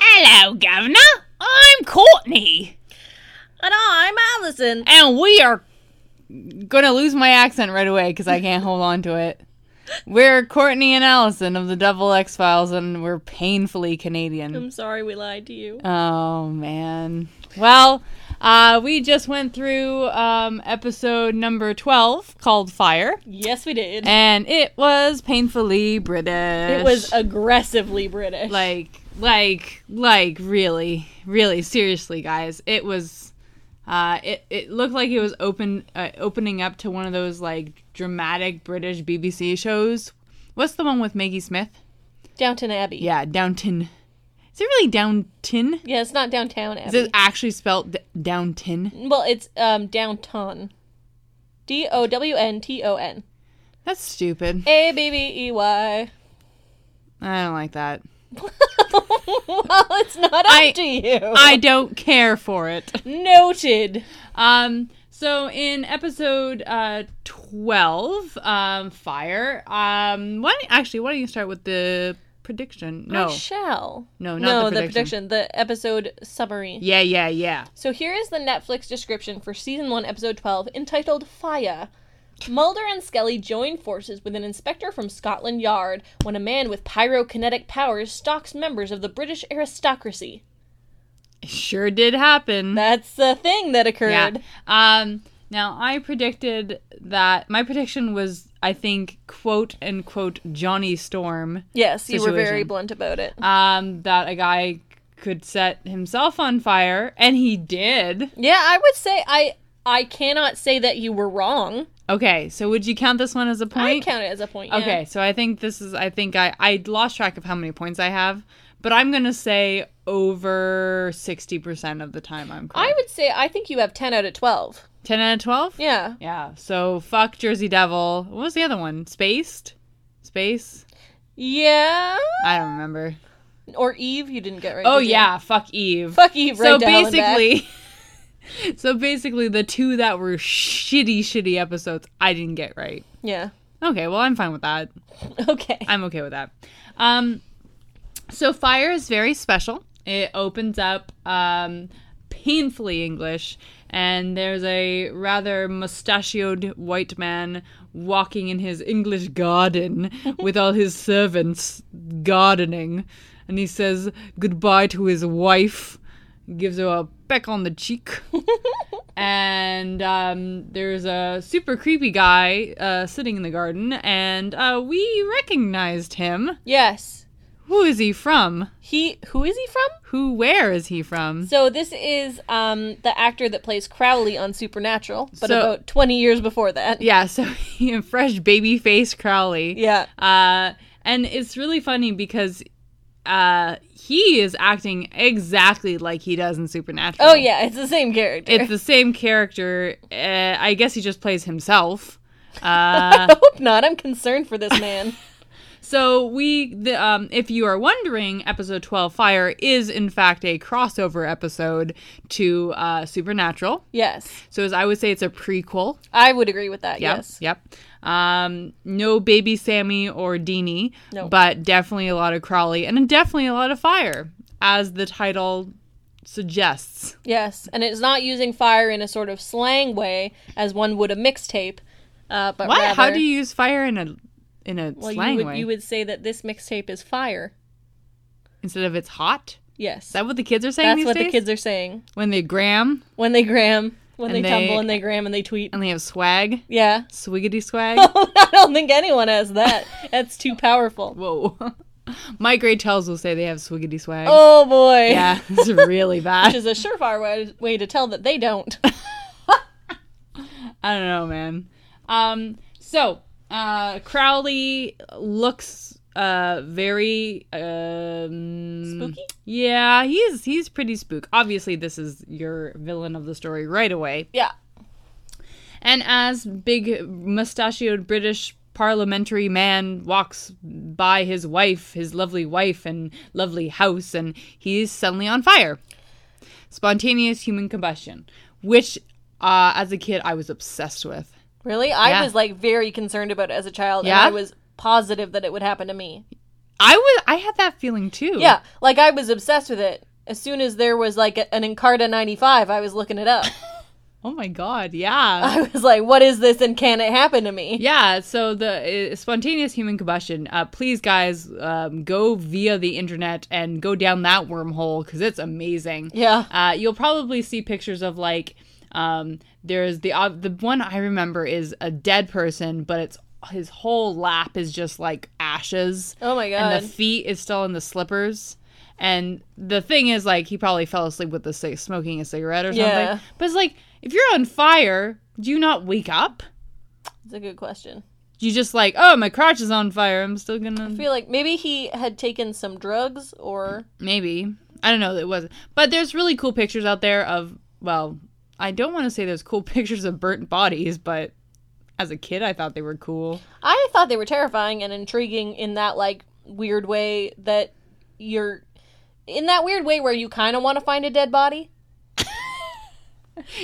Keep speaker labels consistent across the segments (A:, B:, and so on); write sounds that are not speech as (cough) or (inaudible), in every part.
A: Hello, Governor. I'm Courtney,
B: And I'm Allison.
A: and we are gonna lose my accent right away because I can't hold on to it. We're Courtney and Allison of the Double X Files, and we're painfully Canadian.
B: I'm sorry we lied to you.
A: Oh man. Well, uh, we just went through um, episode number twelve called "Fire,"
B: Yes, we did.
A: and it was painfully British.
B: it was aggressively British.
A: like like like really really seriously guys it was uh it, it looked like it was open uh, opening up to one of those like dramatic british bbc shows what's the one with maggie smith
B: Downton Abbey.
A: yeah downton is it really downton
B: Yeah, it's not downtown
A: is
B: Abbey.
A: it actually spelled d- downton
B: well, it's um downtown. D O W N T O N.
A: that's stupid
B: A B B E Y. (laughs)
A: i don't like that
B: Well, it's not up
A: I-
B: to you.
A: i don't care for it
B: Noted.
A: Um, so in episode uh, twelve, um, fire. Um, why? Actually, why don't you start with the prediction?
B: I
A: No.
B: shall.
A: No, not
B: no,
A: the
B: the
A: prediction.
B: prediction. The episode summary.
A: Yeah, yeah, yeah.
B: So here is the Netflix description for season 1, episode 12, entitled Fire. Mulder and Skelly join forces with an inspector from Scotland Yard when a man with pyrokinetic powers stalks members of the British aristocracy.
A: It sure did happen.
B: That's the thing that occurred.
A: Yeah. Um, now I predicted that my prediction was, I think, quote unquote Johnny Storm.
B: Yes, you were very
A: Situation.
B: blunt about it.
A: Um, that a guy could set himself on fire, and he did.
B: yeah, I would say I I cannot say that you were wrong.
A: Okay, so would you count this one as a point?
B: I count it as a point. yeah.
A: Okay, so I think this is. I think I I lost track of how many points I have, but I'm gonna say over sixty percent of the time I'm
B: I
A: correct.
B: would say I think you have 10 out of 12.
A: Ten out of twelve.
B: Yeah.
A: Yeah. So fuck Jersey Devil. What was the other one? Spaced. Space.
B: Yeah.
A: I don't remember.
B: Or Eve, you didn't get right.
A: Oh
B: did you?
A: yeah, fuck Eve.
B: Fuck Eve,
A: so
B: right down and back.
A: basically. So basically, (laughs) the two that were shitty, shitty episodes, I didn't get right.
B: Yeah.
A: Okay, well, I'm fine with that.
B: Okay.
A: I'm okay with that. Um, so fire is very special. It opens up um, painfully English, and there's a rather mustachioed white man walking in his English garden with all his servants gardening, and he says goodbye to his wife, gives her a peck on the cheek and um, there's a super creepy guy uh, sitting in the garden, and uh, we recognized him.
B: Yes.
A: Who is he from?
B: He who is he from?
A: Who? Where is he from?
B: So this is um the actor that plays Crowley on Supernatural, but
A: So-
B: about 20 years before that.
A: Yeah, (laughs) so he fresh baby face Crowley.
B: Yeah.
A: Uh, and it's really funny because uh, he is acting exactly like he does in Supernatural.
B: Oh yeah, it's the same character.
A: It's the same character. Uh, I guess he just plays himself. Uh,
B: I hope not. I'm concerned for this
A: (laughs)
B: man.
A: So we, the, um, if you are wondering, episode twelve, fire is in fact a crossover episode to uh, Supernatural.
B: yes.
A: So as I would say, it's a prequel.
B: I would agree with that.
A: Yep,
B: Yes.
A: Yep. Um, no baby Sammy or Deanie,
B: No.
A: but definitely a lot of Crawley and definitely a lot of fire, as the title suggests.
B: Yes. And it's not using fire in a sort of slang way as one would a mixtape. Uh, but
A: What?
B: rather,
A: How do you use fire in a in a
B: well,
A: slang
B: you would,
A: way
B: you would say that this mixtape is fire.
A: instead of it's hot?
B: Yes.
A: Is that what the kids are saying
B: That's
A: these
B: what
A: days?
B: the kids are saying
A: when they gram
B: when they gram, when
A: And
B: they,
A: they- Um,
B: tumble, and they gram, and they tweet.
A: and they have swag,
B: Yeah.
A: swiggity
B: (laughs)
A: swag.
B: I don't think anyone
A: (laughs)
B: has that. That's too powerful.
A: Whoa. (laughs) My grade tells will say they have swiggity swag.
B: Oh boy.
A: Yeah, (laughs) it's really bad.
B: Which is a surefire way, way to tell that they don't.
A: Mm.
B: (laughs)
A: I don't know, man. Um, so, uh, Crowley looks uh, very. Um,
B: Spooky?
A: Yeah, he's he's pretty spook. Obviously, this is your villain of the story right away.
B: Yeah.
A: And as big mustachioed British parliamentary man walks by his wife, his lovely wife and lovely house, and he is suddenly on fire. Spontaneous human combustion, which uh, as a kid I was obsessed with.
B: Really? I
A: Yeah.
B: was like very concerned about it as a child
A: Yeah? Mm.
B: and I was positive that it would happen to me.
A: I was I had that feeling too.
B: Yeah, like I was obsessed with it. As soon as there was like a- an Encarta 95, I was
A: (laughs)
B: looking it up.
A: Oh my god. Yeah.
B: I was like, what is this and can it happen to me?
A: Yeah, so the uh, spontaneous human combustion. Uh, please, guys, um, go via the internet and go down that wormhole because it's amazing.
B: Yeah.
A: uh, you'll probably see pictures of like um, there's the uh, the one I remember is a dead person, but it's his whole lap is just like ashes.
B: Oh my
A: And
B: God.
A: the feet is still in the slippers. And the thing is, like, he probably fell asleep with the c- smoking a cigarette or something.
B: Yeah.
A: But it's like, if you're on fire, do you not wake up?
B: It's a good question.
A: you just like, oh, my crotch is on fire. I'm still gonna
B: I feel like maybe he had taken some drugs or
A: maybe. I don't know. It wasn't, but there's really cool pictures out there of. Well, I don't want to say there's cool (laughs) pictures of burnt bodies, but as a kid, I thought they were cool.
B: I thought they were terrifying and intriguing in that like weird way that you're in that weird way where you kind of want to find a dead body.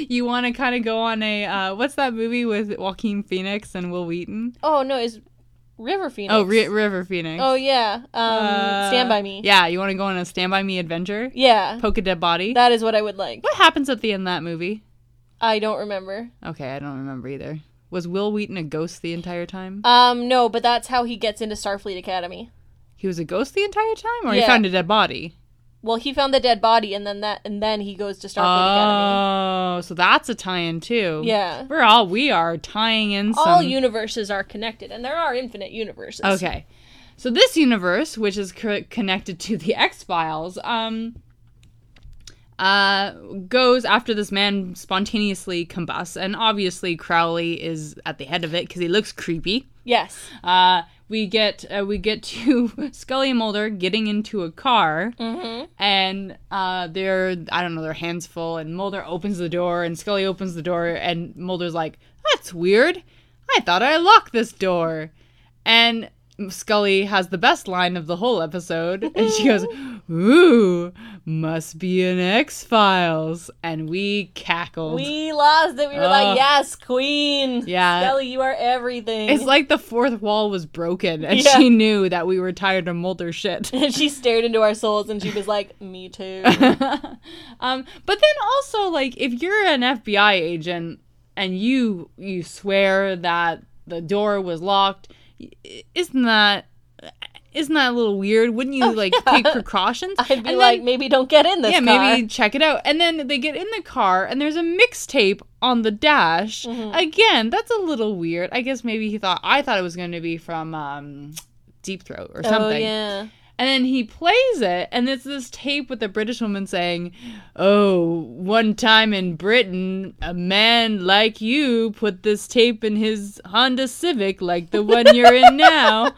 A: You want to kind of go on a uh, what's that movie with Joaquin Phoenix and Will Wheaton?
B: Oh no, is River Phoenix?
A: Oh, Ri River Phoenix.
B: Oh yeah. Um,
A: Uh,
B: Stand by Me.
A: Yeah, you want to go on a Stand by Me adventure?
B: Yeah.
A: Poke a dead body.
B: That is what I would like.
A: what happens at the end of that movie?
B: I don't remember.
A: Okay, I don't remember either. Was Will Wheaton a ghost the entire time?
B: Um, no, but that's how he gets into Starfleet Academy.
A: He was a ghost the entire time, or he
B: Yeah.
A: found a dead body.
B: Well, he found the dead body, and then that, and then he goes to Starfleet Academy.
A: Oh, so that's a tie-in too.
B: Yeah.
A: we're all we are tying in some.
B: All universes are connected, and there are infinite universes.
A: okay, so this universe, which is co- connected to the X Files, um, uh, goes after this man spontaneously combusts, and obviously Crowley is at the head of it because he looks creepy.
B: Yes.
A: Uh, we get uh, we get to (laughs) Scully and Mulder getting into a car,
B: Mm-hmm.
A: and uh, they're I don't know their hands full, and Mulder opens the door, and Scully opens the door, and Mulder's like, "That's weird. I thought I locked this door," and Scully has the best line of the whole episode, and she
B: (laughs)
A: goes, "Ooh, must be an X Files," and we cackled.
B: We lost it. We were
A: Oh.
B: like, yes, queen.
A: Yeah.
B: Scully, you are everything. (laughs)
A: it's like the fourth wall was broken, and
B: Yeah.
A: she knew that we were tired of Mulder shit.
B: and she stared into our souls and she was like,
A: (laughs)
B: me too.
A: um, but then also like if you're an FBI agent and you you swear that the door was locked, i- isn't that isn't that a little weird? Wouldn't you like take precautions?
B: Oh, (laughs) I'd be
A: And
B: like,
A: then-
B: maybe don't get in this
A: yeah,
B: car.
A: maybe check it out. And then they get in the car and there's a mixtape on the dash.
B: Mm-hmm.
A: Again, that's a little weird. I guess maybe he thought I thought it was going to be from um, Deep Throat or something.
B: Oh, yeah.
A: And then he plays it, and it's this tape with a British woman saying, Oh, one time in Britain, a man like you put this tape in his Honda Civic, like the one you're in now.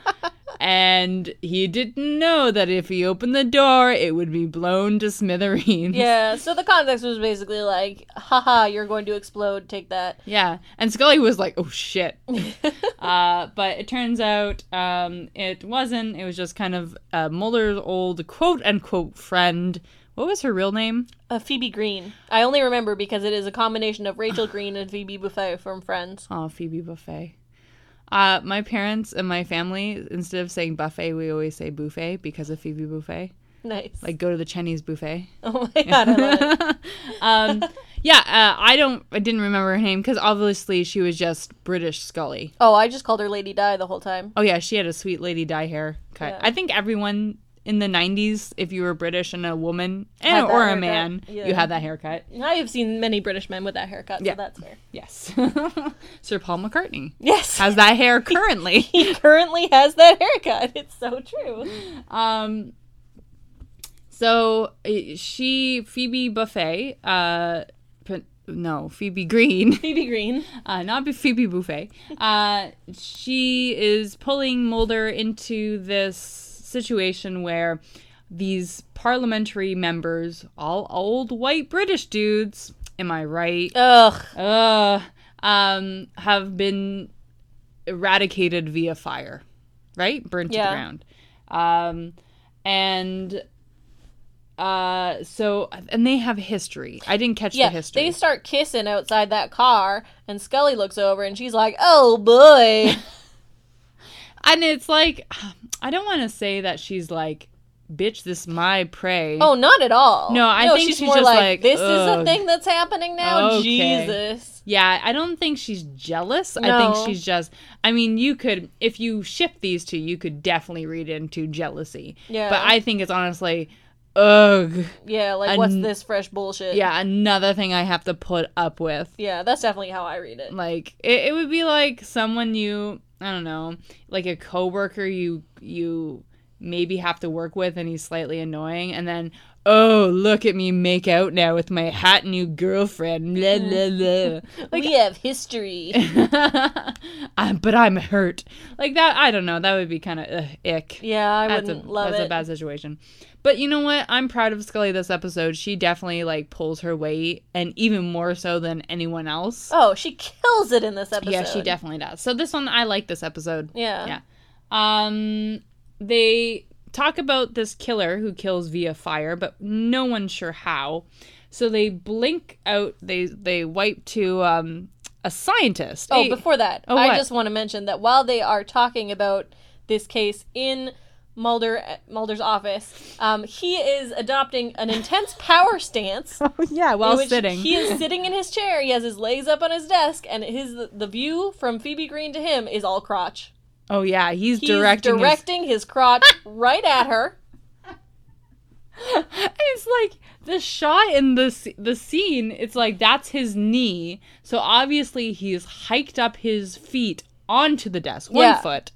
A: And he didn't know that if he opened the door, it would be blown to smithereens.
B: Yeah, so the context was basically like, haha, you're going to explode, take that.
A: Yeah. And Scully was like, oh shit. uh, but it turns out um, it wasn't. It was just kind of uh, Mulder's old quote unquote friend. What was her real name?
B: Uh, Phoebe Green. I only remember because it is a combination
A: (sighs)
B: of Rachel Green and Phoebe Buffay from Friends.
A: Oh, Phoebe Buffet. Uh, my parents and my family, instead of saying buffet, we always say buffet because of Phoebe Buffet.
B: Nice.
A: Like, go to the Chinese buffet.
B: (laughs) oh my god, I love
A: (laughs)
B: it. (laughs)
A: Um, yeah, uh, I don't, I didn't remember her name because obviously she was just British Scully.
B: Oh, I just called her Lady Di the whole time.
A: Oh yeah, she had a sweet lady dye hair cut.
B: Yeah.
A: I think everyone in the '90s, if you were British and a woman
B: Had
A: and
B: that
A: or a
B: haircut.
A: man,
B: Yeah.
A: you had that haircut.
B: I have seen many British men with that haircut,
A: Yeah.
B: so that's fair.
A: Yes, (laughs) Sir Paul McCartney
B: Yes.
A: has that hair
B: (laughs)
A: currently.
B: he currently has that haircut. It's so true.
A: um, so uh, she Phoebe Buffet, uh, pr- no Phoebe Green. (laughs)
B: Phoebe Green.
A: uh, not be- Phoebe Buffet. Uh, she is pulling Mulder into this situation where these parliamentary members, all old white British dudes, am I right?
B: Ugh.
A: uh, um, have been eradicated via fire, right? Burned to
B: Yeah.
A: the ground. Um, and uh, so, and they have history. I didn't catch
B: Yeah,
A: the history.
B: they start kissing outside that car, and Scully looks over and she's like, "Oh
A: (laughs)
B: boy."
A: and it's like, I don't want to say that she's like, bitch, this is my prey.
B: oh, not at all.
A: No, I think she's just like,
B: "This is a
A: "Ugh."
B: thing that's happening now,
A: Okay.
B: Jesus."
A: Yeah, I don't think she's jealous. I
B: No.
A: think she's just. I mean, you could if you shift these two, you could definitely read into jealousy.
B: Yeah.
A: But I think it's honestly, ugh.
B: Yeah, like what's
A: An-
B: this fresh bullshit?
A: Yeah, another thing I have to put up with.
B: yeah, that's definitely how I read it.
A: Like it, it would be like someone you I don't know, like a coworker you you maybe have to work with, and he's slightly annoying, and then. Oh, look at me make out now with my hot new girlfriend. (laughs) Blah, blah, blah.
B: we have history.
A: (laughs) I'm, but I'm hurt. Like that, I don't know. That would be kind of uh, ick.
B: yeah, I
A: that's a,
B: wouldn't love
A: that's
B: it.
A: a bad situation. But you know what? I'm proud of Scully this episode. She definitely like pulls her weight, and even more so than anyone else.
B: oh, she kills it in this episode.
A: yeah, she definitely does. So this one, I like this episode.
B: Yeah.
A: Yeah. Um, they talk about this killer who kills via fire, but no one's sure how. So they blink out. They they wipe to um a scientist.
B: Oh,
A: A-
B: before that,
A: Oh,
B: I
A: what?
B: just want to mention that while they are talking about this case in Mulder eh, Mulder's office, um, he is adopting an intense power stance.
A: yeah, (laughs) while
B: in which
A: sitting.
B: He is sitting in his chair. He has his legs up on his desk, and his the view from Phoebe Green to him is all crotch.
A: oh yeah, he's,
B: He's
A: directing.
B: directing,
A: his-
B: his... crotch
A: (laughs)
B: right at her.
A: And it's like the shot in the s- the scene. It's like that's his knee. So obviously he's hiked up his feet onto the desk, one
B: Yeah.
A: foot,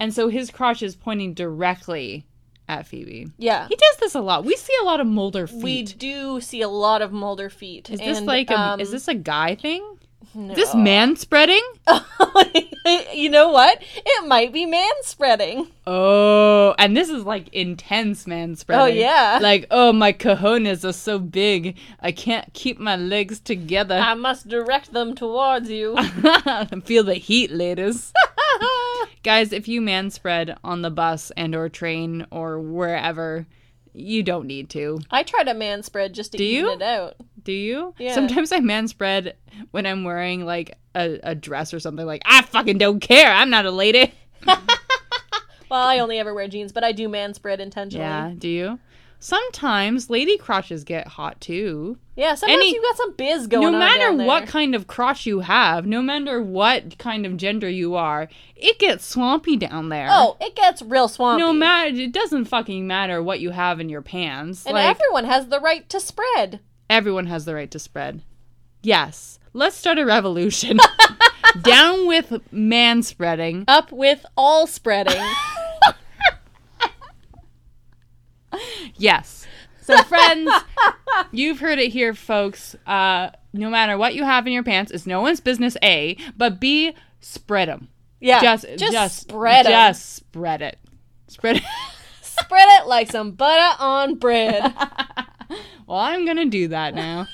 A: and so his crotch is pointing directly at Phoebe.
B: Yeah.
A: He does this a lot. We see a lot of Mulder feet.
B: We do see a lot of Mulder feet.
A: is this
B: and,
A: like a,
B: um,
A: is this a guy thing? Is this man spreading?
B: (laughs) you know what? It might be man spreading.
A: Oh, and this is like intense man spreading.
B: Oh, yeah.
A: Like, oh, my cojones are so big, I can't keep my legs together.
B: I must direct them towards you.
A: (laughs) Feel the heat, ladies. (laughs) Guys, if you man spread on the bus and or train or wherever, you don't need to.
B: I try to man spread just to even
A: you?
B: it out.
A: Do you?
B: Yeah.
A: Sometimes I man spread when I'm wearing like a, a dress or something. Like, I fucking don't care. I'm not a lady. (laughs)
B: Well, I only ever wear jeans, but I do man spread intentionally.
A: Yeah.
B: Yeah,
A: Do you? Sometimes lady crotches get hot too.
B: sometimes
A: Any-
B: you got some biz going on.
A: no matter
B: down there.
A: what kind of crotch you have, no matter what kind of gender you are, it gets swampy down there.
B: Oh, it gets real swampy.
A: no matter it doesn't fucking matter what you have in your pants.
B: And
A: like
B: everyone has the right to spread.
A: everyone has the right to spread. Yes. Let's start a
B: (laughs)
A: revolution. Down with man spreading.
B: Up with all spreading.
A: Yes. So
B: (laughs)
A: friends, you've heard it here, folks. Uh, no matter what you have in your pants, it's no one's business. A, but B, spread them.
B: (laughs) Yeah,
A: just,
B: just,
A: just
B: spread it.
A: Just spread it. Spread it.
B: spread it like some butter on bread. (laughs)
A: well, I'm gonna do that now.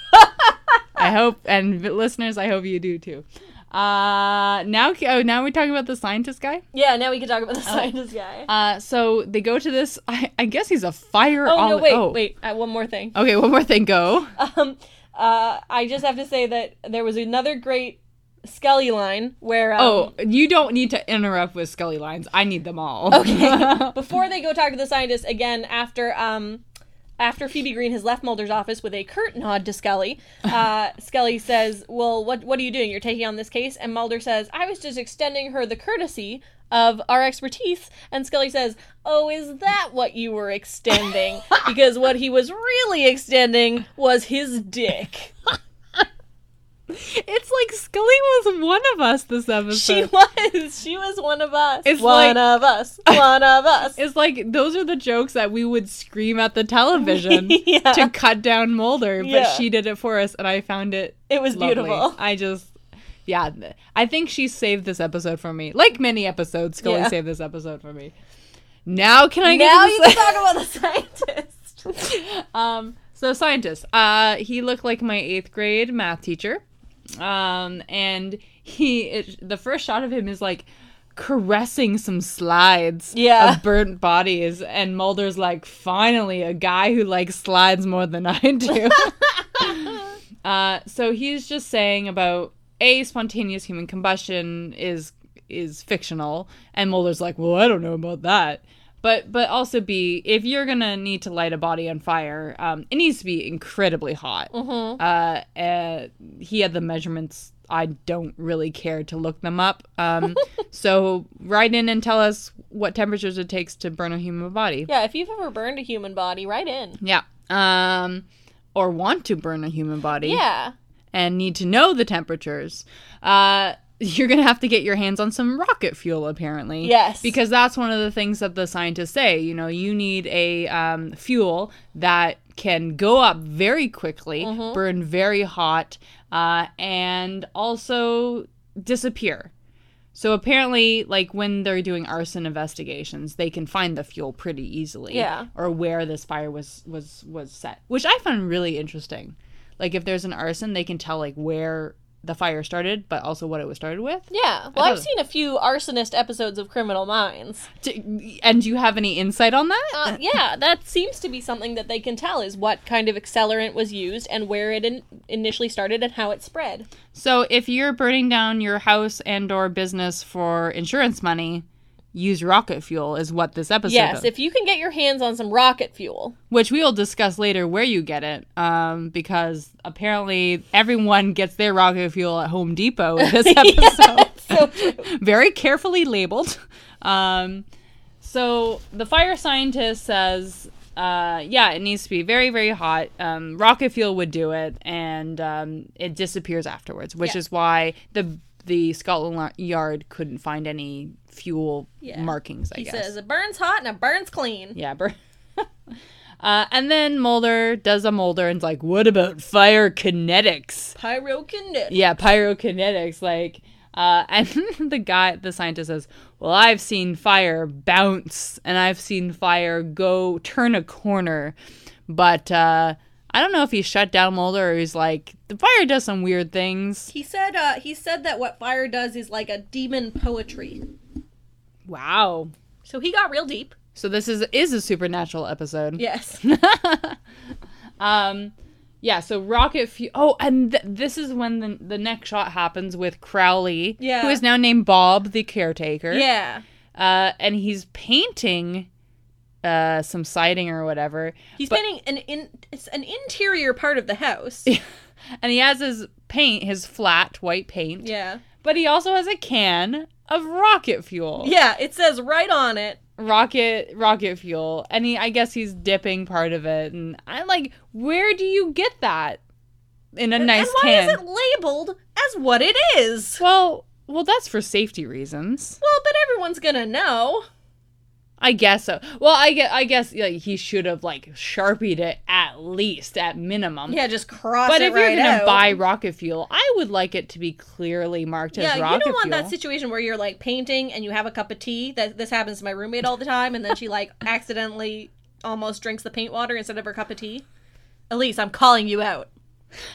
A: I hope, and v- listeners, I hope you do too. Uh, now, oh, now we're talking about the scientist guy.
B: yeah, now we can talk about the
A: Oh.
B: scientist guy.
A: Uh, so they go to this. I, I guess he's a fire.
B: oh no,
A: oli-
B: wait,
A: oh.
B: wait. Uh, one more thing.
A: Okay, one more thing. Go.
B: Um, uh, I just have to say that there was another great Skelly line where um,
A: Oh, you don't need to interrupt with Scully lines. I need them all.
B: (laughs) Okay. Before they go talk to the scientist again, after um, after Phoebe Green has left Mulder's office with a curt nod to Scully,
A: (laughs)
B: uh, Scully says, "Well, what what are you doing? You're taking on this case." And Mulder says, "I was just extending her the courtesy of our expertise." And Scully says, "Oh, is that what you were extending?
A: (laughs)
B: because what he was really extending was his
A: (laughs)
B: dick."
A: (laughs) it's like Scully was one of us this episode.
B: She was. She was one of us.
A: It's
B: one
A: like-
B: of us. One
A: (laughs)
B: of us.
A: It's like those are the jokes that we would scream at
B: (laughs)
A: the television
B: Yeah.
A: to cut down Mulder, but
B: Yeah.
A: she did it for us, and I found it.
B: It was
A: lovely.
B: beautiful. (laughs)
A: I just, yeah, th- I think she saved this episode for me. Like many episodes, Scully
B: Yeah.
A: saved this episode for me. Now can I get
B: now
A: to the
B: you
A: sci-
B: can talk about the (laughs) scientist.
A: (laughs) um, so scientist. Uh, he looked like my eighth grade math teacher. Um, and he it, the first shot of him is like caressing some slides
B: Yeah.
A: of burnt bodies, and Mulder's like, finally a guy who likes slides more than I
B: (laughs)
A: do. (laughs) uh, so he's just saying about a spontaneous human combustion is is fictional, and Mulder's like, well, I don't know about that. But but also B, if you're gonna need to light a body on fire, um, it needs to be incredibly hot. Uh, uh, he had the measurements. I don't really care to look them up. Um, so write in and tell us what temperatures it takes to burn a human body.
B: yeah, if you've ever burned a human body, write in.
A: Yeah. Um, or want to burn a human body.
B: Yeah.
A: And need to know the temperatures. Uh, you're gonna have to get your hands on some rocket fuel, apparently.
B: Yes.
A: Because that's one of the things that the scientists say. You know, you need a um, fuel that can go up very quickly, burn very hot, uh, and also disappear. So apparently, like when they're doing arson investigations, they can find the fuel pretty easily.
B: Yeah.
A: Or where this fire was was was set, which I found really interesting. Like if there's an arson, they can tell like where the fire started, but also what it was started with.
B: Yeah. Well, I've
A: thought-
B: seen a few arsonist episodes of Criminal Minds.
A: D- And do you have any insight on that? (laughs)
B: Uh, yeah, that seems to be something that they can tell is what kind of accelerant was used and where it in- initially started and how it spread.
A: So if you're burning down your house and or business for insurance money, use rocket fuel is what this episode
B: Yes,
A: is.
B: if you can get your hands on some rocket fuel.
A: which we will discuss later where you get it um, because apparently everyone gets their rocket fuel at home depot in
B: (laughs)
A: this episode (laughs)
B: So (laughs)
A: very carefully labeled um, so the fire scientist says uh, yeah it needs to be very very hot um, rocket fuel would do it and um, it disappears afterwards which
B: Yeah.
A: is why the the Scotland Lo- Yard couldn't find any fuel
B: Yeah.
A: markings. I
B: he
A: guess
B: says it burns hot and it burns clean.
A: yeah, bur- (laughs) uh, and then Mulder does a Mulder and's like, "What about fire kinetics?"
B: Pyrokinetic.
A: Yeah, pyrokinetics. Like, uh, (laughs) and the guy, the scientist says, "Well, I've seen fire bounce, and I've seen fire go turn a corner, but uh, I don't know if he shut down Mulder or he's like, the fire does some weird things."
B: He said uh, he said that what fire does is like a demon poetry.
A: Wow.
B: So he got real deep.
A: So this is is a supernatural episode. (laughs)
B: Yes.
A: Um, yeah. So rocket fuel. Oh, and th- this is when the the next shot happens with Crowley,
B: Yeah.
A: who is now named Bob the caretaker.
B: yeah.
A: Uh, and he's painting, uh, some siding or whatever.
B: He's
A: But-
B: painting an in it's an interior part of the house.
A: And he has his paint, his flat white paint.
B: yeah.
A: But he also has a can of rocket fuel.
B: Yeah, it says right on it.
A: Rocket rocket fuel. And he I guess he's dipping part of it. And I like, where do you get that? In a nice
B: and why
A: can.
B: is it labeled as what it is?
A: well well that's for safety reasons.
B: Well, but everyone's gonna know.
A: I guess so. Well, I guess, I guess like, he should have like sharpied it at least at minimum.
B: Yeah, just cross
A: But
B: it
A: if you're
B: right
A: gonna
B: out.
A: buy rocket fuel, I would like it to be clearly marked
B: yeah,
A: as
B: you
A: rocket
B: don't want
A: fuel.
B: that situation where you're like painting and you have a cup of tea. That this happens to my roommate all the time, and then she
A: (laughs)
B: like accidentally almost drinks the paint water instead of her cup of tea. Elise, I'm calling you out.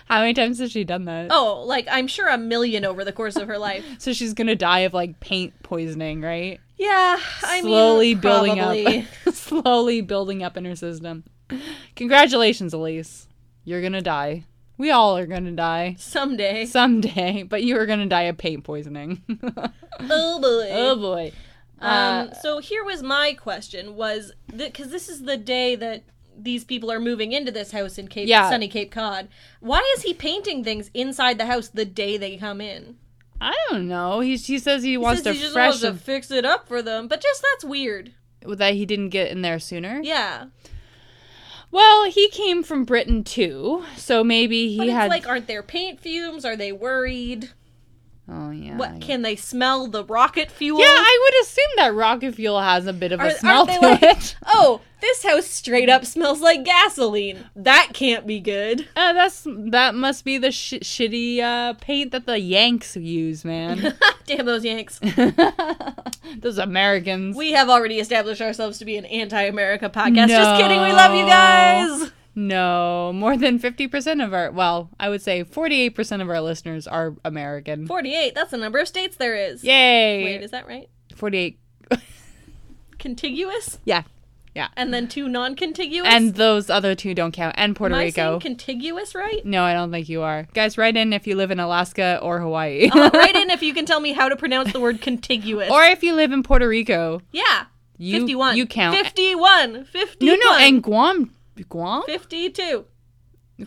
A: How many times has she done that?
B: Oh, like I'm sure a million over the course of
A: (laughs)
B: her life.
A: So she's gonna die of like paint poisoning, right?
B: Yeah, I
A: slowly
B: mean,
A: building
B: probably.
A: up, (laughs) slowly building up in her system. Congratulations, Elise. You're gonna die. We all are gonna die
B: someday.
A: someday, but you are gonna die of paint poisoning.
B: Oh boy.
A: (laughs) oh boy. Uh,
B: Um, so here was my question: was because this is the day that these people are moving into this house in Cape
A: Yeah.
B: sunny Cape Cod. Why is he painting things inside the house the day they come in?
A: I don't know. He she says he,
B: He
A: wants to
B: says he just
A: fresh
B: wants to fix it up for them, but just that's weird.
A: that he didn't get in there sooner.
B: Yeah,
A: Well, he came from Britain too, so maybe
B: but
A: he
B: it's
A: had.
B: like, aren't there paint fumes? Are they worried?
A: Oh yeah.
B: What can they smell the rocket fuel?
A: Yeah, I would assume that rocket fuel has a bit of
B: Are-
A: a smell
B: aren't
A: to
B: they like,
A: it. (laughs)
B: Oh, this house straight up smells like gasoline. That can't
A: (laughs)
B: be good.
A: Uh, that's that must be the sh- shitty uh, paint that the Yanks use, man.
B: (laughs)
A: (laughs)
B: Damn those Yanks.
A: Those Americans.
B: We have already established ourselves to be an anti-America podcast. Just kidding. We love you
A: No.
B: guys.
A: no, more than fifty percent of our well, I would say forty-eight percent of our listeners are American.
B: 48. That's the number of states there is.
A: Yay!
B: Wait, is that right?
A: forty-eight.
B: Contiguous
A: Yeah,
B: and then two non-contiguous.
A: and those other two don't count. And Puerto
B: Am I
A: Rico.
B: saying contiguous
A: (laughs)
B: right?
A: no, I don't think you are, guys. Write in if you live in Alaska or Hawaii,
B: Uh, write in if you can tell me how to pronounce the word contiguous.
A: (laughs) or if you live in Puerto Rico.
B: yeah,
A: You
B: 51.
A: you count.
B: 51. 51.
A: no, no, and Guam, Guam,
B: 52.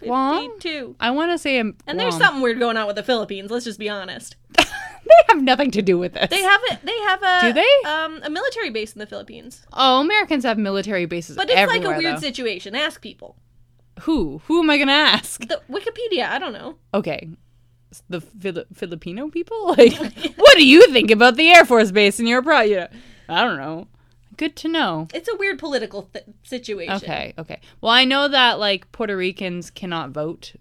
A: Guam.
B: 52.
A: I want to say, um,
B: And there's
A: Guam.
B: something weird going on with the Philippines. Let's just be honest.
A: (laughs) they have nothing to do with this.
B: They have it. They have a
A: Do they?
B: um a military base in the Philippines,
A: oh, Americans have military bases
B: but it's
A: everywhere.
B: like a weird
A: though.
B: situation. Ask people.
A: Who? Who am I gonna ask?
B: The Wikipedia. I don't know.
A: Okay, S- the Fili- Filipino people. (laughs)
B: (laughs)
A: Like, what do you think about the Air Force Base in your pro? Yeah, I don't know. Good to know.
B: It's a weird political th- situation.
A: Okay, okay. Well, I know that like Puerto Ricans cannot vote.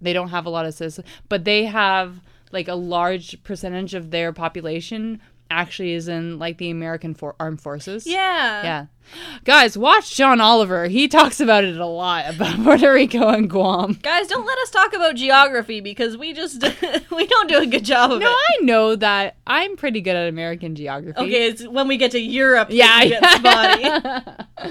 A: They don't have a lot of citizens, but they have like a large percentage of their population actually is in like the American for- armed forces.
B: Yeah.
A: Yeah. Guys, watch John Oliver. He talks about it a lot about (laughs) Puerto Rico and Guam.
B: Guys, don't let us talk about geography because we just (laughs) we don't do a good job of
A: No,
B: it.
A: I know that I'm pretty good at American geography.
B: Okay, it's when we get to Europe. that
A: Yeah,
B: it gets spotty.
A: (laughs)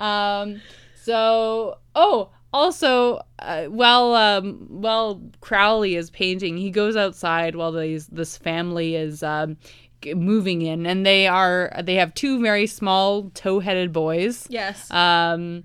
A: Um so oh, also uh, while um while Crowley is painting, he goes outside while these this family is um g- moving in and they are they have two very small toe-headed boys.
B: Yes.
A: Um,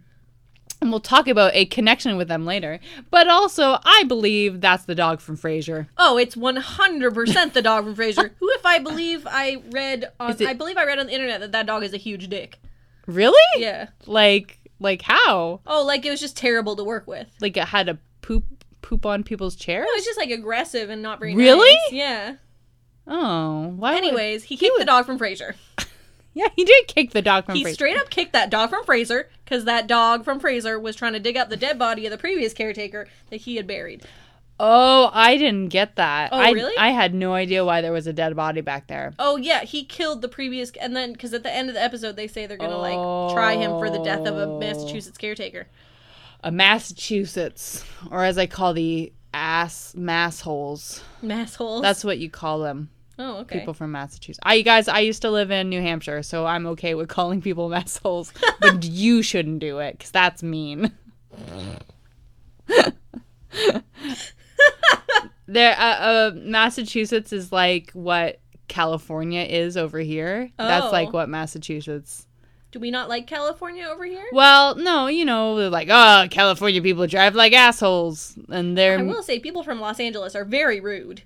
A: and we'll talk about a connection with them later. But also, I believe that's the dog from Frasier.
B: oh, it's 100% the dog from Fraser. Who, if I believe I read on,
A: Is it-
B: I believe I read on the internet that that dog is a huge dick.
A: Really?
B: Yeah.
A: Like, like how?
B: Oh, like it was just terrible to work with.
A: Like it had to poop poop on people's chairs?
B: It was just like aggressive and not very
A: Really?
B: nice. Yeah.
A: Oh, why? would-
B: Anyways, he kicked the dog from Fraser.
A: (laughs) yeah, he did kick the dog from
B: He
A: Frasier.
B: straight up kicked that dog from Fraser because that dog from Fraser was trying to dig up the dead body of the previous caretaker that he had buried.
A: oh, I didn't get that.
B: Oh,
A: I,
B: really?
A: I had no idea why there was a dead body back there.
B: Oh yeah, he killed the previous, and then because at the end of the episode they say they're gonna like try him for the death of a
A: Oh.
B: Massachusetts caretaker.
A: A Massachusetts, or as I call the ass mass holes.
B: Massholes.
A: That's what you call them.
B: oh okay.
A: people from Massachusetts. I you guys, I used to live in New Hampshire, so I'm okay with calling people (laughs) massholes, (laughs) but you shouldn't do it because that's mean. (laughs) there, uh, uh, Massachusetts is like what California is over here.
B: Oh.
A: That's like what Massachusetts.
B: Do we not like California over here?
A: Well, no, you know, they're like, oh, California people drive like assholes, and they're
B: I will say people from Los Angeles are very rude.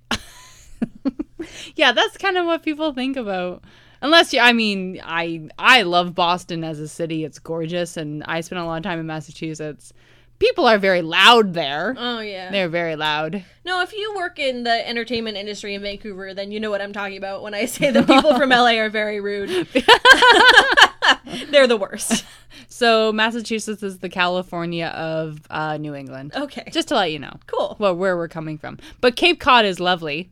A: Yeah, that's kind of what people think about. Unless you, I mean, I I love Boston as a city. It's gorgeous, and I spent a lot of time in Massachusetts. People are very loud there.
B: Oh
A: (laughs)
B: yeah.
A: They're very loud.
B: No, if you work in the entertainment industry in Vancouver, then you know what I'm talking about when I say that people from LA are
A: (laughs)
B: very rude. (laughs) They're the worst.
A: So Massachusetts is the California of uh, New England.
B: Okay.
A: Just to let you know,
B: Cool.
A: well, where we're coming from. But Cape Cod is lovely.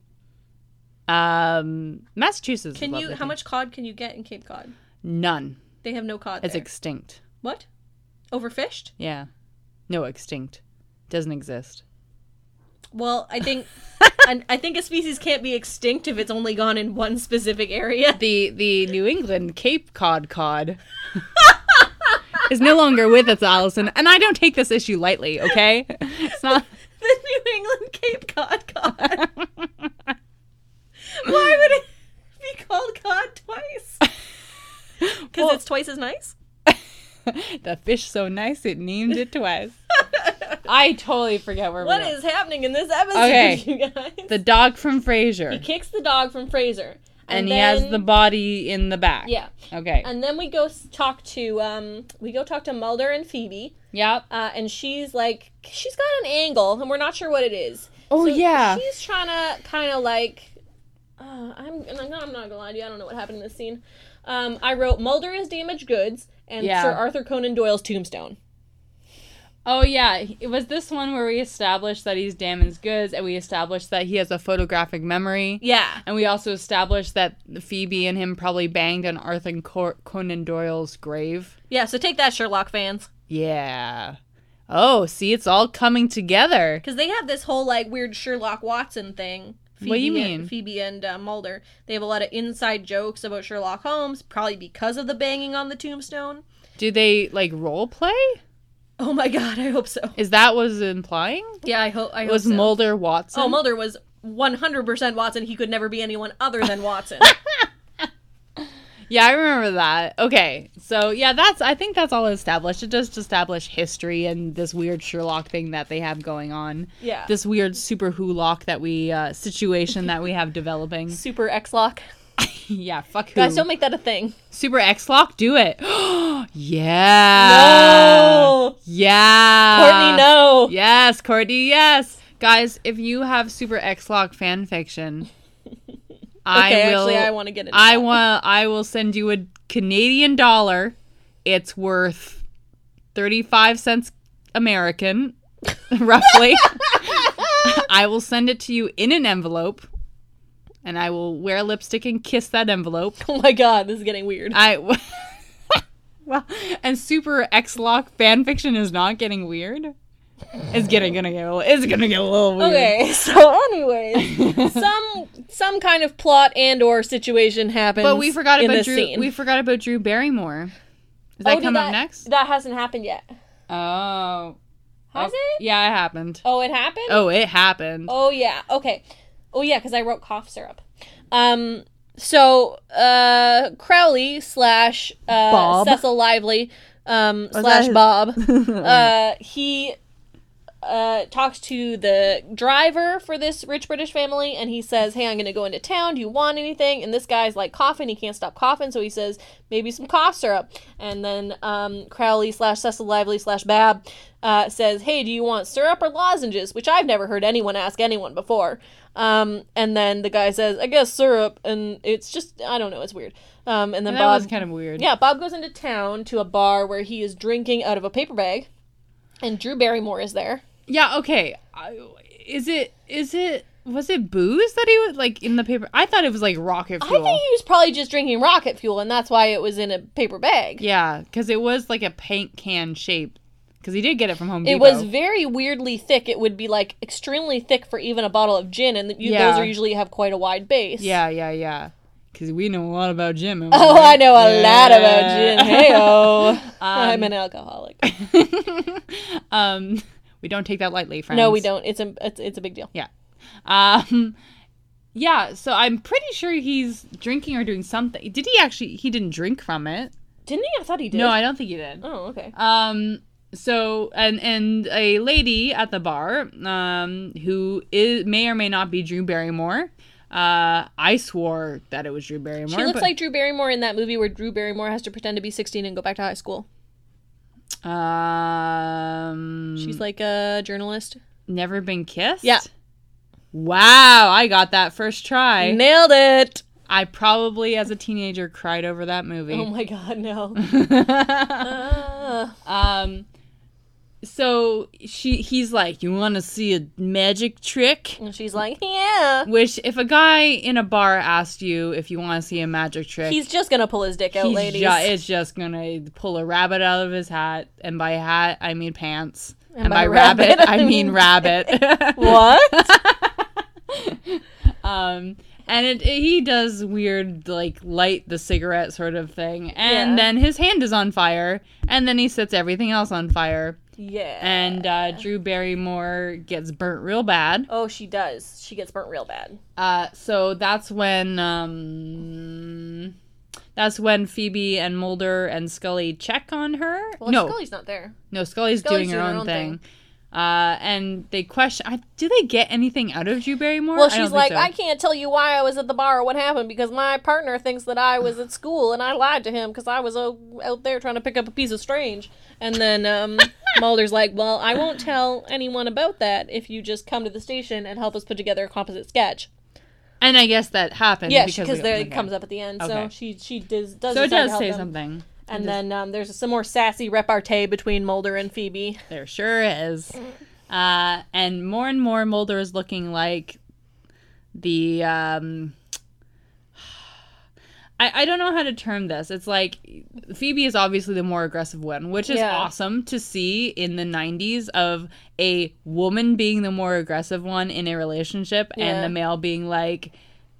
A: Um, Massachusetts.
B: Can
A: is
B: you
A: lovely.
B: how much cod can you get in Cape Cod?
A: None.
B: They have no cod.
A: It's
B: there.
A: extinct.
B: what? Overfished?
A: Yeah, no, extinct. Doesn't exist.
B: Well,
A: (laughs)
B: I think and I think a species can't be extinct if it's only gone in one specific area. (laughs)
A: the the New England Cape Cod cod (laughs) is no longer with us, Allison, and I don't take this issue lightly. Okay, it's not. (laughs)
B: The New England Cape Cod cod. Why would it be called cod
A: (laughs)
B: twice? Because it's twice as nice.
A: The fish so nice it named it twice. I totally forget where
B: What
A: we're
B: is happening in this episode,
A: Okay.
B: (laughs) you guys?
A: the dog from Frasier,
B: he kicks the dog from Fraser,
A: and he has the body in the back.
B: yeah.
A: Okay.
B: And then we go s- talk to um, we go talk to Mulder and Phoebe,
A: yep.
B: uh, and she's like, she's got an angle, and we're not sure what it is.
A: Oh
B: So
A: yeah.
B: she's trying to kind of like Uh, I'm, and I'm, not, I'm not gonna lie to you. I don't know what happened in this scene. Um, I wrote Mulder is damaged goods and
A: Yeah.
B: Sir Arthur Conan Doyle's tombstone.
A: Oh yeah, it was this one where we established that he's Damon's goods, and we established that he has a photographic memory.
B: Yeah.
A: And we also established that Phoebe and him probably banged on Arthur Cor- Conan Doyle's grave.
B: Yeah. So take that, Sherlock fans,
A: Yeah. Oh, see, it's all coming together.
B: because they have this whole like weird Sherlock Watson thing.
A: What do you
B: Phoebe and-
A: mean?
B: Phoebe and uh, Mulder. They have a lot of inside jokes about Sherlock Holmes, probably because of the banging on the tombstone.
A: Do they like role play?
B: Oh my god, I hope so.
A: (laughs) Is that what it's implying?
B: Yeah, I hope. I hope
A: was
B: so.
A: Mulder Watson?
B: Oh, Mulder was 100% Watson. He could never be anyone other (laughs) than Watson.
A: Yeah, I remember that. Okay, so yeah, that's I think that's all established. It does establish history and this weird Sherlock thing that they have going on.
B: Yeah.
A: this weird super hulock that we uh, situation that we have
B: (laughs)
A: developing.
B: Super X Lock.
A: yeah, fuck who.
B: Guys, don't make that a thing.
A: super X lock, do it. (gasps) Uh, yeah.
B: no!
A: uh, Yeah.
B: Courtney, no!
A: Yes, Courtney, yes. Guys, if you have Super X Lock fan fiction, I
B: (laughs) okay,
A: will.
B: actually, I want to get into
A: I
B: that.
A: want. I will send you a Canadian dollar. It's worth thirty-five cents American, (laughs)
B: (laughs)
A: roughly. I will send it to you in an envelope, and I will wear lipstick and kiss that envelope.
B: (laughs) Oh my god, this is getting weird.
A: I. (laughs) Well, and super X Lock fanfiction is not getting weird. It's getting gonna get. a- It's gonna get a little weird.
B: Okay, (laughs) so
A: (laughs)
B: anyways, some some kind of plot and or situation happens.
A: But we forgot
B: in
A: about
B: this
A: Drew.
B: Scene. Oh,
A: We forgot about Drew Barrymore. Does that
B: did
A: come
B: that-
A: up next?
B: That hasn't happened yet.
A: Oh. Oh,
B: Has it?
A: Yeah, it happened.
B: Oh, it happened.
A: Oh, it happened.
B: Oh yeah. Okay. Oh yeah, because I wrote cough syrup. Um. So uh, Crowley slash uh,
A: Bob.
B: Cecil Lively um,
A: that
B: slash
A: his- (laughs)
B: Bob. uh, he uh, talks to the driver for this rich British family, and he says, "Hey, I'm going to go into town. Do you want anything?" And this guy's like coughing; he can't stop coughing, so he says, "Maybe some cough syrup." And then um, Crowley slash Cecil Lively slash Bab uh, says, "Hey, do you want syrup or lozenges?" Which I've never heard anyone ask anyone before. Um, and then the guy says, "I guess syrup," and it's just I don't know, it's weird. Um, and then
A: that
B: Bob
A: was kind of weird.
B: yeah, Bob goes into town to a bar where he is drinking out of a paper bag, and Drew Barrymore is there.
A: Yeah. Okay. I- Is it? Is it? Was it booze that he was like in the paper? I thought it was like rocket
B: I
A: fuel.
B: think he was probably just drinking rocket fuel, and that's why it was in a paper bag.
A: yeah, because it was like a paint can shape. Because he did get it from Home Depot.
B: It was very weirdly thick. It would be like extremely thick for even a bottle of gin, and you,
A: Yeah.
B: those are usually have quite a wide base.
A: yeah, yeah, yeah. Because we know a lot about Jim. and
B: (laughs) Oh, I know a lot about
A: Yeah.
B: gin.
A: (laughs)
B: Heyo, I'm an alcoholic.
A: um, we don't take that lightly, friends.
B: No, we don't. It's a it's, it's a big deal.
A: Yeah. Um yeah, so I'm pretty sure he's drinking or doing something. Did he actually he didn't drink from it?
B: Didn't he? I thought he did.
A: No, I don't think he did.
B: Oh, okay.
A: Um so and and a lady at the bar um who is may or may not be Drew Barrymore. Uh I swore that it was Drew Barrymore.
B: She looks
A: but,
B: like Drew Barrymore in that movie where Drew Barrymore has to pretend to be 16 and go back to high school.
A: um
B: She's like a journalist.
A: never been kissed?
B: Yeah.
A: Wow, I got that first try.
B: Nailed it.
A: I probably as a teenager cried over that movie.
B: Oh my
A: (laughs)
B: god, no.
A: Um, so she he's like, "You want to see a magic trick?"
B: and she's like, yeah.
A: Which, if a guy in a bar asked you if you want to see a magic trick,
B: He's just gonna pull his dick out,
A: he's
B: ladies.
A: ju- it's just gonna pull a rabbit out of his hat, and by hat I mean pants, and, by,
B: by
A: rabbit,
B: rabbit,
A: I
B: I
A: mean (laughs)
B: mean-
A: rabbit.
B: (laughs) what?
A: um, and it, he does weird like light the cigarette sort of thing, and
B: Yeah.
A: then his hand is on fire, and then he sets everything else on fire.
B: yeah.
A: and uh, Drew Barrymore gets burnt real bad.
B: oh, she does. She gets burnt real bad.
A: Uh, so that's when um, that's when Phoebe and Mulder and Scully check on her.
B: Well,
A: no,
B: Scully's not there.
A: no, Scully's,
B: Scully's
A: doing her own, thing. Uh, and they question: I, Do they get anything out of Drew Barrymore?
B: Well,
A: I don't
B: she's
A: think
B: like,
A: so.
B: I can't tell you why I was at the bar or what happened because my partner thinks that I was at school and I lied to him because I was uh, out there trying to pick up a piece of strange. And
A: (laughs)
B: then um, Mulder's like, Well, I won't tell anyone about that if you just come to the station and help us put together a composite sketch.
A: And I guess that happened.
B: Yeah,
A: because
B: because
A: we-
B: there
A: okay.
B: it comes up at the end. So
A: Okay.
B: she she does does
A: So it
B: decide to
A: does
B: help
A: say
B: them.
A: something.
B: And then um, there's some more sassy repartee between Mulder and Phoebe.
A: There sure is. Uh, and more and more Mulder is looking like the um I, I don't know how to term this. It's like Phoebe is obviously the more aggressive one, which is
B: Yeah.
A: awesome to see in the 90s of a woman being the more aggressive one in a relationship
B: Yeah.
A: and the male being like,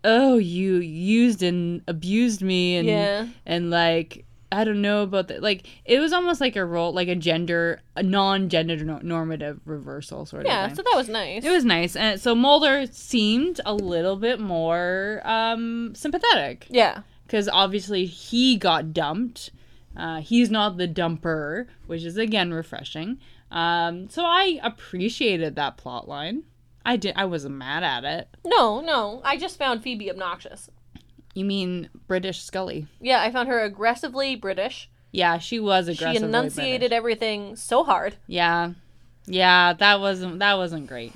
A: "Oh, you used and abused me and
B: Yeah.
A: and like I don't know about that. Like it was almost like a role, like a gender, a non-gender no- normative reversal sort
B: Yeah,
A: of thing.
B: so that was nice.
A: it was nice, and so Mulder seemed a little bit more um, sympathetic
B: yeah,
A: because obviously he got dumped. Uh, he's not the dumper, which is again refreshing. Um, so I appreciated that plot line. I did. I wasn't mad at it.
B: no, no, I just found Phoebe obnoxious.
A: You mean British Scully?
B: Yeah, I found her aggressively British.
A: Yeah, she was
B: She
A: aggressive.
B: enunciated everything so hard.
A: Yeah. Yeah, that wasn't that wasn't great.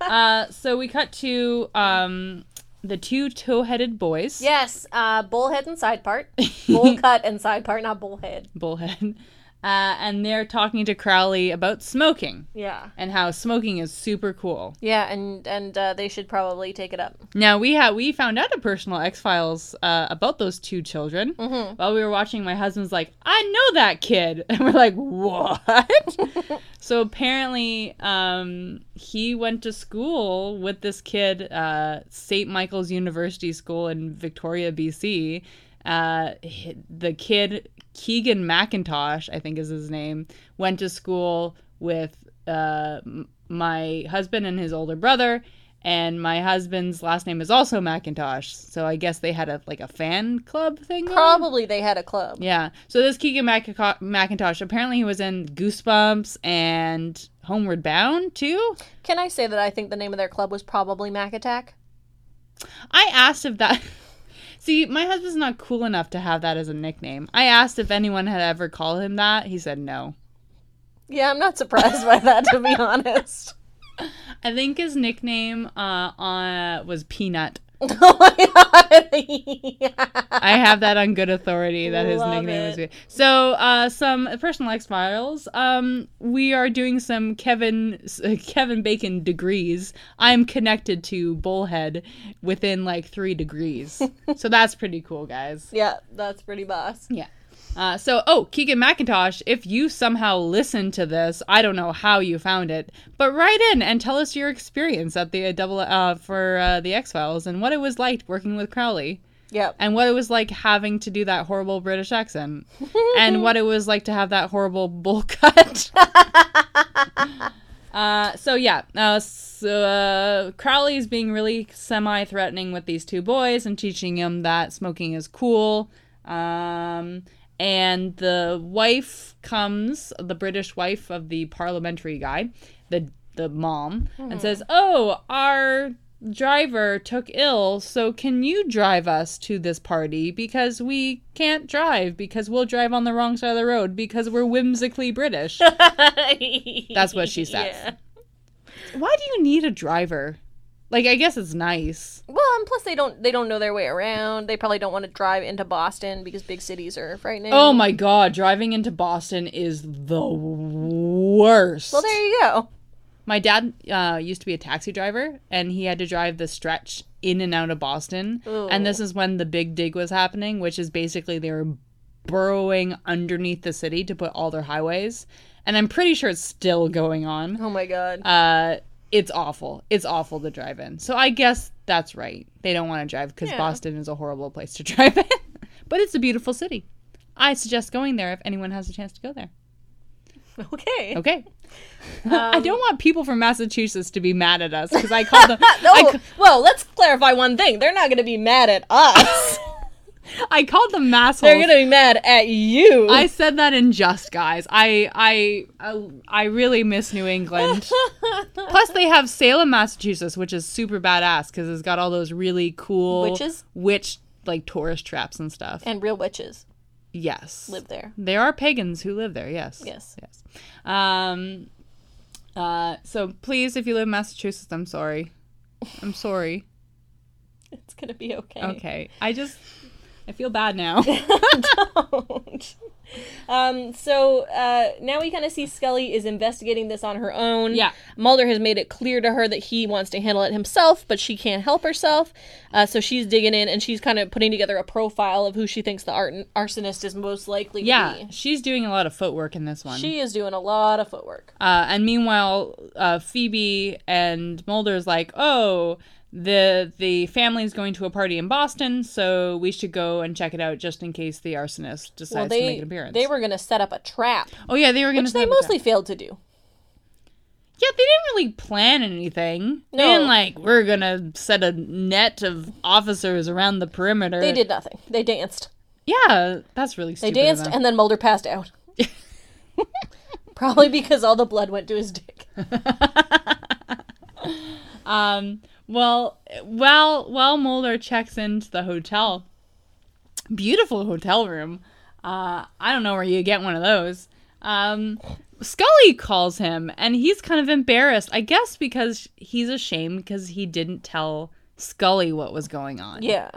A: uh, so we cut to um, the two toe-headed boys,
B: Yes, uh, bullhead and
A: (laughs)
B: side part, bull cut and side part, not bullhead.
A: bullhead, (laughs) uh, and they're talking to Crowley about smoking
B: Yeah,
A: and how smoking is super cool.
B: yeah, and and uh, they should probably take it up.
A: Now we have we found out a personal X Files uh, about those two children while we were watching. My husband's like, "I know that kid," (laughs) and we're like, "What?" so apparently, um, he went to school with this kid, uh, St. Michael's University School in Victoria, BC. Uh, hi- the kid Keegan McIntosh, I think is his name, went to school with uh, m- my husband and his older brother and my husband's last name is also Macintosh. So I guess they had a like a fan club thing. going on?
B: Probably they had a club.
A: Yeah. So this Keegan Mac- Macintosh apparently he was in Goosebumps and Homeward Bound too.
B: Can I say that I think the name of their club was probably Mac Attack?
A: I asked if that. (laughs) See, my husband's not cool enough to have that as a nickname. I asked if anyone had ever called him that. He said no.
B: Yeah, I'm not surprised by that to be honest. (laughs)
A: I think his nickname uh, uh, was Peanut.
B: oh my god.
A: I have that on good authority that his
B: Love
A: nickname is.
B: it.
A: So, uh, some personal X Files. Um, we are doing some Kevin uh, Kevin Bacon degrees. I'm connected to Bullhead within like three degrees,
B: (laughs)
A: so that's pretty cool, guys.
B: yeah, that's pretty boss.
A: Yeah. Uh, so, oh, Keegan McIntosh, if you somehow listened to this, I don't know how you found it, but write in and tell us your experience at the uh, double uh, for uh, the X Files and what it was like working with Crowley
B: Yep.
A: and what it was like having to do that horrible British accent, and what it was like to have that horrible bull (laughs) cut. uh, so yeah, uh, so, uh, Crowley is being really semi-threatening with these two boys and teaching them that smoking is cool. Um, and the wife comes, the British wife of the parliamentary guy, the the mom, and says, "Oh, our driver took ill, so can you drive us to this party? Because we can't drive because we'll drive on the wrong side of the road because we're whimsically British." That's what she says.
B: Yeah.
A: Why do you need a driver? Like, I guess it's nice.
B: Well, and plus they don't they don't know their way around. They probably don't want to drive into Boston because big cities are frightening.
A: Oh my god, driving into Boston is the worst.
B: Well, there you go.
A: My dad uh, used to be a taxi driver, and he had to drive the stretch in and out of Boston. And this is when the big dig was happening, which is basically they were burrowing underneath the city to put all their highways. And I'm pretty sure it's still going on.
B: Oh my god.
A: Uh, it's awful. It's awful to drive in. So I guess that's right. They don't want to drive because Boston is a horrible place to (laughs) drive in. but it's a beautiful city. I suggest going there if anyone has a chance to go there.
B: okay.
A: Okay. (laughs) I don't want people from Massachusetts to be mad at us because I call them I,
B: Oh, well, let's clarify one thing. They're not going to be mad at
A: (laughs)
B: us.
A: ca- I called them massholes.
B: They're going to be mad at you.
A: I said that in jest, guys. I, I I I really miss New
B: (laughs)
A: England. Plus, they have Salem, Massachusetts, which is super badass because it's got all those really cool
B: Witches?
A: witch like tourist traps and stuff.
B: and real witches
A: yes,
B: live there.
A: There are pagans who live there. Yes.
B: Yes.
A: Yes. Um. Uh. So please, if you live in Massachusetts, I'm sorry. I'm sorry.
B: It's gonna be (laughs) okay.
A: Okay. I just I feel bad
B: (laughs)
A: now.
B: Don't. Um, so uh, now we kind of see Scully is investigating this on her own.
A: Yeah.
B: Mulder has made it clear to her that he wants to handle it himself, but she can't help herself. Uh, so she's digging in and she's kind of putting together a profile of who she thinks the art- arsonist is most likely to
A: yeah,
B: be.
A: she's doing a lot of footwork in this one.
B: She is doing a lot of footwork.
A: Uh, and meanwhile, uh, Phoebe and Mulder's like, "Oh, the the family's going to a party in Boston, so we should go and check it out just in case the arsonist decides
B: Well,
A: to make
B: they
A: an appearance."
B: they were going to set up a trap,
A: oh yeah, they were going
B: which
A: to.
B: they mostly failed to do.
A: Yeah, they didn't really plan anything. They
B: No.
A: didn't like we're gonna set a net of officers around the perimeter.
B: They did nothing. They danced.
A: Yeah, that's really
B: They
A: stupid. of
B: danced,
A: them.
B: and then Mulder
A: (laughs)
B: passed out. Probably because all the blood went to
A: (laughs)
B: his dick.
A: Um, well, while while Mulder checks into the hotel, beautiful hotel room. Uh, I don't know where you get one of those. Um, Scully calls him, and he's kind of embarrassed, I guess, because he's ashamed because he didn't tell Scully what was going on.
B: Yeah.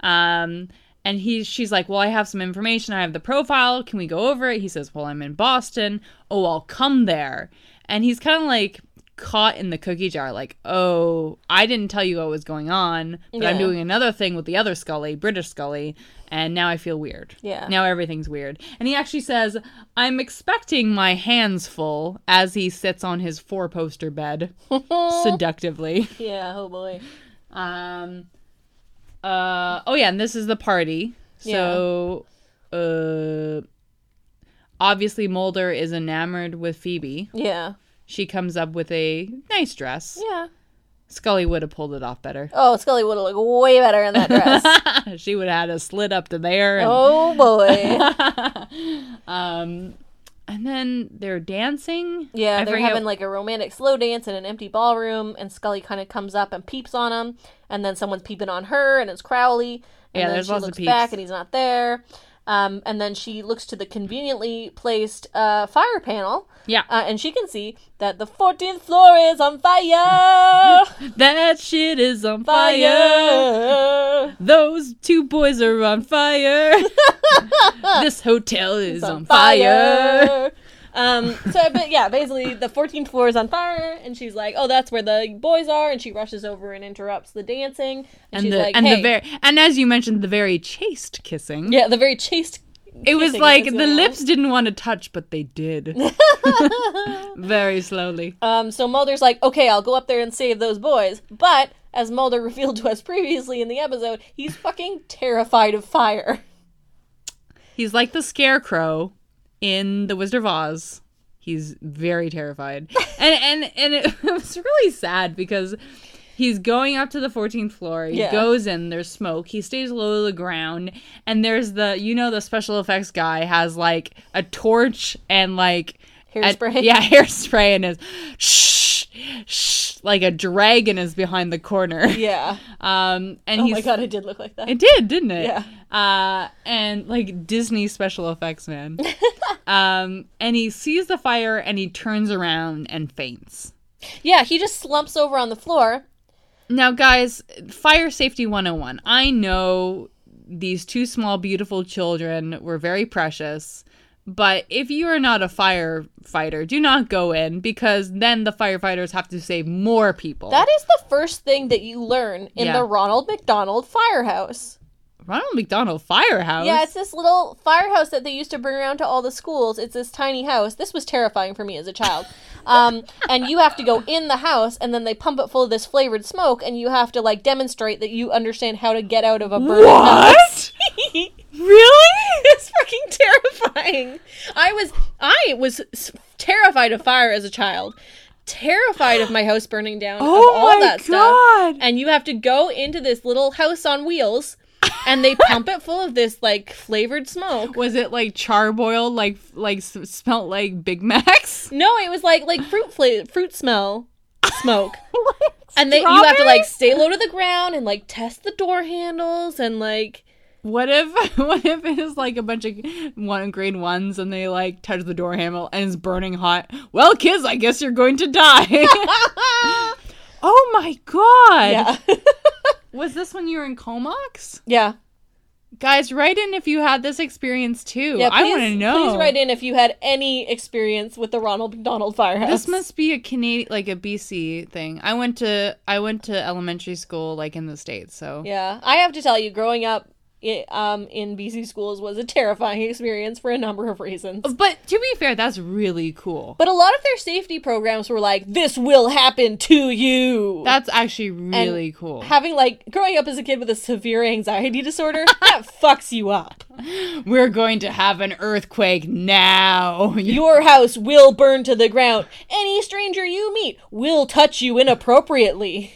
A: Um, and he, she's like, "Well, I have some information. I have the profile. Can we go over it?" He says, "Well, I'm in Boston. Oh, I'll come there." And he's kind of like caught in the cookie jar, like, "Oh, I didn't tell you what was going on, but I'm
B: Yeah.
A: doing another thing with the other Scully, British Scully, and now I feel weird.
B: Yeah.
A: now everything's weird." And he actually says, "I'm expecting my hands full," as he sits on his four poster
B: (laughs)
A: bed seductively.
B: Yeah, oh boy.
A: Um. Uh. Oh yeah, and this is the party. So, uh, obviously Mulder is enamored with Phoebe.
B: Yeah.
A: She comes up with a nice dress.
B: Yeah.
A: Scully would have pulled it off better. (laughs)
B: Oh, Scully would have looked way better in that dress.
A: she would have had a slit up to there. And,
B: oh
A: (laughs)
B: boy.
A: um, and then they're dancing.
B: Yeah,
A: I
B: they're
A: forget-
B: having like a romantic slow dance in an empty ballroom, and Scully kind of comes up and peeps on him, and then someone's peeping on her, and it's Crowley. And
A: Yeah,
B: then
A: there's
B: she
A: lots of
B: looks
A: peeps.
B: back, and he's not there. Um, and then she looks to the conveniently placed uh, fire panel,
A: yeah.
B: uh, and she can see that the 14th floor is
A: (laughs)
B: on fire!
A: that shit is on fire.
B: Fire!
A: Those two boys are on
B: (laughs)
A: fire. this hotel is on, fire.
B: Um, so, but yeah, basically the 14th floor is on fire, and she's like, "Oh, that's where the boys are," and she rushes over and interrupts the dancing, and,
A: and
B: she's
A: the
B: like,
A: and
B: "Hey,
A: the very and as you mentioned the very chaste kissing.
B: yeah, the very chaste."
A: it was
B: kissing
A: like
B: is
A: the
B: going on.
A: lips didn't want to touch, but they
B: (laughs)
A: did. very slowly.
B: Um, so Mulder's like, "Okay, I'll go up there and save those boys," but as Mulder (laughs) revealed to us previously in the episode, he's fucking terrified of fire.
A: He's like the scarecrow in The Wizard of Oz. He's very
B: (laughs)
A: terrified, and and and it (laughs) was really sad because. He's going up to the 14th floor. He
B: Yeah.
A: goes in. There's smoke. He stays low to the ground. And there's the, you know, the special effects guy has like a torch and like And- (laughs)
B: Hairspray.
A: yeah, hairspray and is shh, shh, like a dragon is behind the corner. (laughs)
B: yeah.
A: Um, and
B: Oh
A: he's
B: my god, it did look like that.
A: it did, didn't it?
B: Yeah.
A: Uh, and like Disney special effects
B: (laughs)
A: man. um, and he sees the fire and he turns around and faints.
B: Yeah, he just slumps over on the floor.
A: Now, guys, fire safety 101. I know these two small, beautiful children were very precious, but if you are not a firefighter, do not go in because then the firefighters have to save more people.
B: That is the first thing that you learn in
A: Yeah.
B: the Ronald McDonald Firehouse.
A: Ronald McDonald Firehouse.
B: Yeah, it's this little firehouse that they used to bring around to all the schools. It's this tiny house. This was terrifying for me as a child. Um, and you have to go in the house, and then they pump it full of this flavored smoke, and you have to like demonstrate that you understand how to get out of a burning
A: What?
B: house. (laughs)
A: really?
B: it's fucking terrifying. I was I was s- terrified of fire as a child. Terrified of my house burning down.
A: Oh
B: of all
A: my
B: that
A: God.
B: stuff. And you have to go into this little house on wheels and they pump it full of this like flavored smoke.
A: Was it like charboiled, like like s- smelt like Big
B: (laughs)
A: Macs?
B: No, it was like like fruit fla- fruit smell smoke.
A: What?
B: And they you have to like
A: Strawberries?
B: stay low to the ground and like test the door handles and like
A: What if (laughs) what if it is like a bunch of one grade ones and they like touch the door handle and it's burning hot? Well, kids, I (laughs)
B: (laughs)
A: guess you're going to die. oh my god!
B: yeah.
A: Was this when you were in Comox?
B: (laughs) Yeah.
A: Guys, write in if you had this experience too.
B: Yeah,
A: I
B: please-
A: want to know.
B: Please write in if you had any experience with the Ronald McDonald Firehouse.
A: This must be a Canadian, like a BC thing. I went to I went to elementary school like in the states, so
B: Yeah, I have to tell you, growing up i um, in BC schools was a terrifying experience for a number of reasons.
A: But to be fair, that's really cool.
B: But a lot of their safety programs were like, "This will happen to you."
A: That's actually really cool.
B: Having like growing up as a kid with a severe anxiety disorder (laughs) that fucks you up.
A: We're going to have an earthquake now. (laughs)
B: Your house will burn to the ground. Any stranger you meet will touch you inappropriately.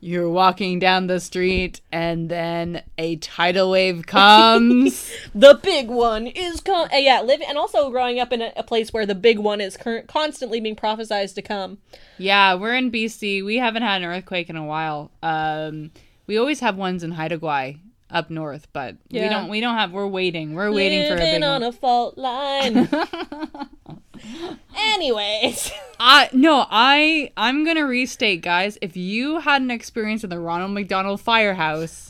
A: You're walking down the street and then a tidal wave
B: (laughs)
A: comes.
B: The big one is com- uh, yeah, living and also growing up in a, a place where the big one is cur- constantly being prophesized to come.
A: yeah, we're in BC. We haven't had an earthquake in a while. Um we always have ones in Haida Gwaii up north, but we
B: Yeah.
A: don't we don't have we're waiting. We're waiting for a
B: Living
A: big one.
B: on a
A: (laughs)
B: fault line. Anyways,
A: I no, I I'm gonna restate, guys. If you had an experience in the Ronald McDonald
B: (laughs)
A: Firehouse,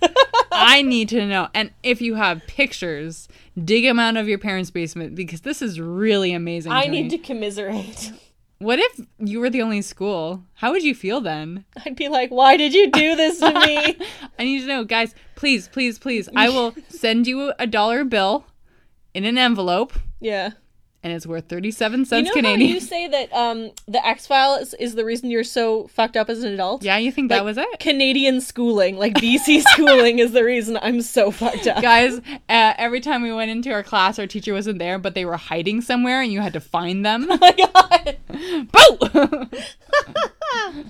A: I need to know. And if you have pictures, dig them out of your parents' basement because this is really amazing.
B: I
A: to me.
B: need to commiserate.
A: What if you were the only school? How would you feel then?
B: (laughs) I'd be like, "Why did you do this to
A: (laughs)
B: me?"
A: I need to know, guys. Please, please, please.
B: (laughs)
A: I will send you a dollar bill in an envelope,
B: yeah.
A: and it's worth thirty-seven
B: You
A: cents
B: know
A: Canadian.
B: how you say that um, the X Files is the reason you're so fucked up as an adult?
A: yeah, you think that
B: Like,
A: was it?
B: Canadian schooling,
A: (laughs)
B: like BC schooling, is the reason I'm so fucked up. (laughs)
A: guys uh, every time we went into our class our teacher wasn't there but they were hiding somewhere and you had to find
B: (laughs)
A: them
B: Oh my god. (laughs)
A: Boo!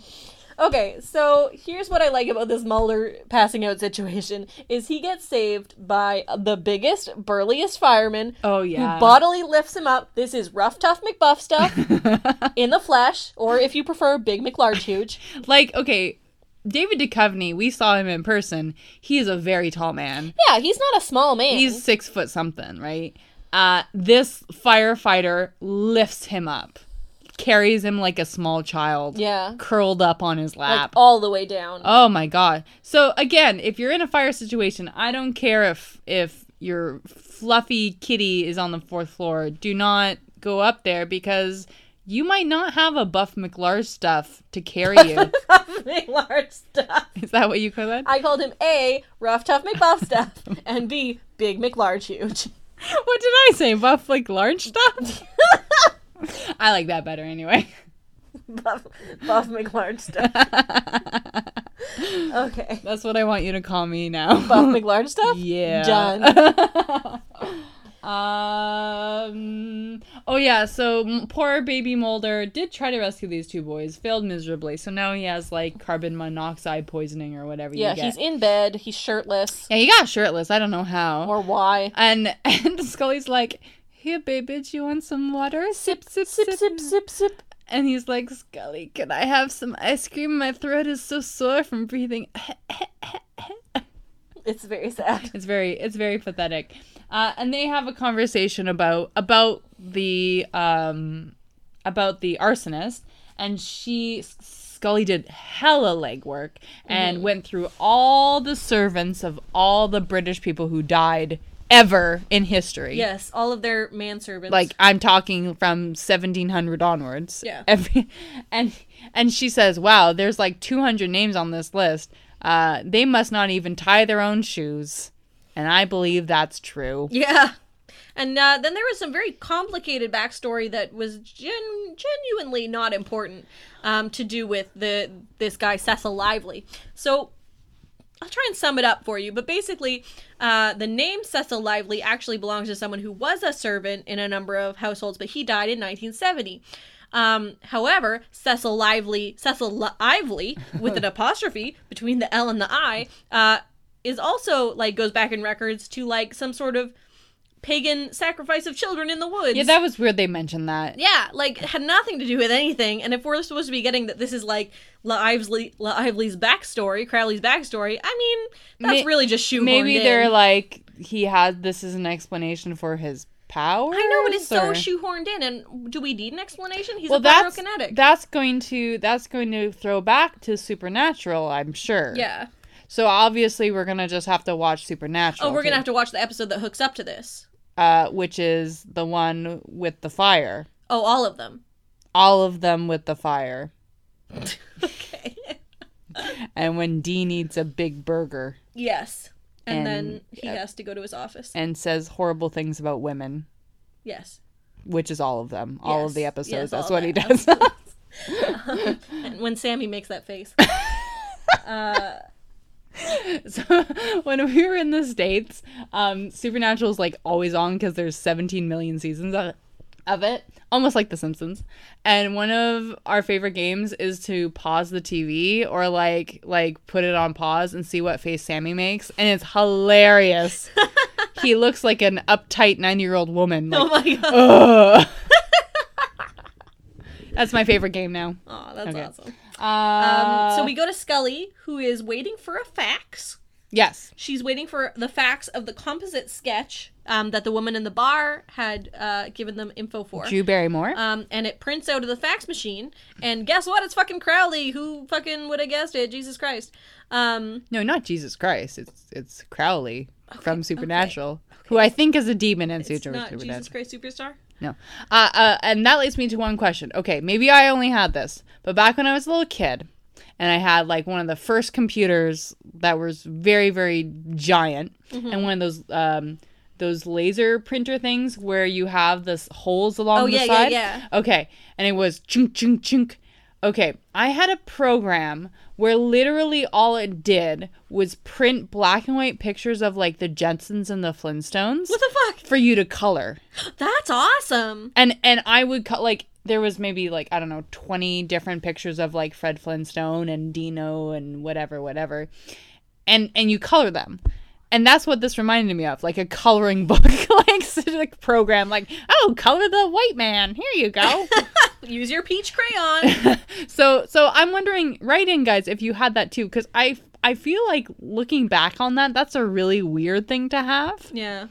B: Okay, so here's what I like about this Mulder passing out situation is he gets saved by the biggest, burliest fireman
A: oh yeah
B: who bodily lifts him up. This is rough, tough
A: (laughs)
B: McBuff stuff in the flesh, or if you prefer, Big
A: (laughs)
B: McLarge Huge.
A: like okay david Duchovny, we saw him in person he is a very tall man
B: Yeah, he's not a small man.
A: he's six foot something right uh, this firefighter lifts him up carries him like a small child
B: yeah,
A: curled up on his
B: like
A: lap
B: all the way down.
A: Oh my god. So again, if you're in a fire situation, I don't care if if your fluffy kitty is on the fourth floor. Do not go up there because you might not have a Buff McLarge stuff to carry
B: (laughs)
A: you.
B: Oh. McLarge stuff.
A: is that what you call that?
B: I called him A, rough, tough McBuff (laughs) stuff, and B, Big McLarge Huge. (laughs)
A: what did I say? Buff McLarge stuff? I like that better anyway. (laughs)
B: Buff, buff McLarge (laughs) stuff. Okay.
A: That's what I want you to call me now.
B: Buff McLarge stuff?
A: Yeah.
B: Done. (laughs)
A: Um. Oh yeah. So m- poor baby Mulder did try to rescue these two boys, failed miserably. So now he has like carbon monoxide poisoning or whatever.
B: Yeah,
A: you get.
B: he's in bed, he's shirtless.
A: yeah, he got shirtless. I don't know how.
B: Or why?
A: and (laughs) and Scully's like, "Here, baby, do you want some water? Sip, sip, sip,
B: Sip, sip, sip, sip.
A: And he's like, "Scully, can I have some ice cream? My throat is so sore from breathing." (laughs)
B: It's very sad.
A: (laughs) It's very it's very pathetic. Uh, and they have a conversation about about the um about the arsonist and she S- Scully did hella legwork and went through all the servants of all the British people who died ever in history.
B: Yes, all of their manservants.
A: Like I'm talking from 1700 onwards.
B: Yeah.
A: Every, and and she says, "Wow, there's like 200 names on this list. Uh, they must not even tie their own shoes." And I believe that's true.
B: yeah. And uh, then there was some very complicated backstory that was gen- genuinely not important um, to do with the this guy Cecil Lively. So I'll try and sum it up for you, but basically, uh, the name Cecil Lively actually belongs to someone who was a servant in a number of households, but he died in 1970. Um, however, Cecil Lively, Cecil Lively, with an apostrophe between the L and the I, uh, is also like goes back in records to like some sort of pagan sacrifice of children in the woods.
A: Yeah, that was weird they mentioned that.
B: Yeah, like had nothing to do with anything. And if we're supposed to be getting that this is like Lively, Lively's backstory, Crowley's backstory, I mean, that's
A: May-
B: really just shoehorned
A: Maybe
B: in.
A: they're like he had this is an explanation for his powers?
B: I know, but it's so
A: or-
B: shoehorned in. And do we need an explanation? He's
A: well,
B: a
A: that's
B: pyrokinetic.
A: that's going to that's going to throw back to Supernatural, I'm sure.
B: yeah.
A: So obviously, we're gonna just have to watch Supernatural.
B: Oh, we're gonna have to watch the episode that hooks up to this.
A: uh, which is the one with the fire.
B: Oh, all
A: (laughs)
B: of them.
A: All of them with the fire,
B: Okay.
A: and when Dean eats a big burger
B: yes.
A: And-
B: And, then he has to go to his office.
A: and says horrible things about women,
B: yes.
A: which is all of them, all
B: Yes.
A: of the
B: Yes,
A: episodes.
B: all
A: That's what
B: of them.
A: he does. (laughs)
B: And when Sammy makes that face.
C: So (laughs) when we were in the states, um, Supernatural is like always on because there's 17 million seasons of, of it, almost like The Simpsons. And one of our favorite games is to pause the TV or like like put it on pause and see what face Sammy makes, and it's hilarious. he looks like an uptight 90 year old woman. Like,
B: oh my god.
C: (laughs) That's my favorite game now.
B: Oh, that's awesome.
C: Uh,
B: Um, so we go to Scully, who is waiting for a fax.
C: yes,
B: She's waiting for the fax of the composite sketch um, that the woman in the bar had uh, given them info for.
A: Drew Barrymore.
B: um, and it prints out of the fax machine. And guess what? It's fucking Crowley. Who fucking would have guessed it? Jesus Christ. Um,
A: no, not Jesus Christ. It's it's Crowley from Supernatural, who I think is a demon in
B: it's
A: Super-
B: not
A: Supernatural.
B: Jesus Christ Superstar.
A: No. Uh, uh, and that leads me to one question. Okay, maybe I only had this, but back when I was a little kid and I had like one of the first computers that was very, very giant
B: Mm-hmm.
A: and one of those, um, those laser printer things where you have this holes along
B: Oh,
A: the
B: yeah, yeah,
A: side.
B: yeah.
A: Okay. And it was chunk, chunk, chunk. Okay. I had a program where literally all it did was print black and white pictures of like the Jetsons and the Flintstones
B: What the
A: for you to color
B: fuck? That's awesome.
A: and and I would cut like there was maybe like I don't know twenty different pictures of like Fred Flintstone and Dino and whatever whatever, and and you color them, and that's what this reminded me of like a coloring (laughs) book like sort of like program like oh color the white man here you
B: (laughs)
A: go
B: Use your peach
A: (laughs)
B: crayon.
A: so so I'm wondering write in guys if you had that too because I I feel like looking back on that that's a really weird thing to have
B: yeah.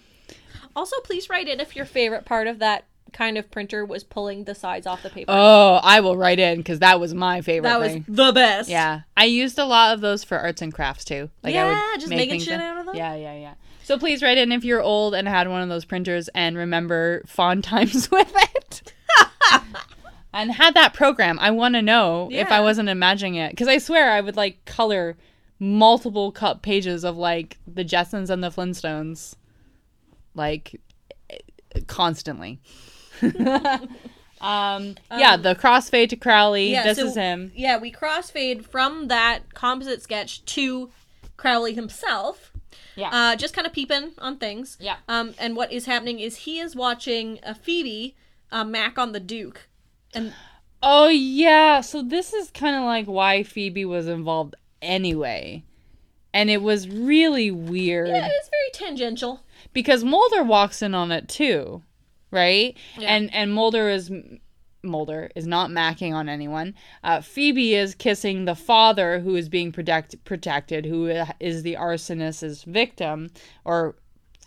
B: Also, please write in if your favorite part of that kind of printer was pulling the sides off the paper.
A: oh I will write in because that was my favorite
B: that
A: thing.
B: was the best.
A: Yeah, I used a lot of those for arts and crafts too. Like I
B: Yeah,
A: would
B: just
A: make
B: making
A: things
B: shit
A: up.
B: out of them.
A: Yeah, yeah, yeah. So please write in if you're old and had one of those printers and remember fond (laughs) times with
B: (laughs)
A: it. and had that program. I want to know if I
B: Yeah.
A: wasn't imagining it because I swear I would like color multiple cup pages of like the Jetsons and the Flintstones, like
B: (laughs)
A: constantly. (laughs) um, yeah, the crossfade to Crowley.
B: Yeah,
A: this
B: so-
A: is him.
B: Yeah, we crossfade from that composite sketch to Crowley himself.
A: Yeah.
B: Uh, just kind of peeping on things.
A: Yeah.
B: Um, and what is happening is he is watching a Phoebe, uh, Mac on the Duke, and
A: Oh yeah, so this is kind of like why Phoebe was involved anyway. And it was really weird
B: it's very tangential.
A: because Mulder walks in on it too, right? And and Mulder is Mulder is not macking on anyone. Uh, Phoebe is kissing the father who is being protect, protected, who is the arsonist's victim or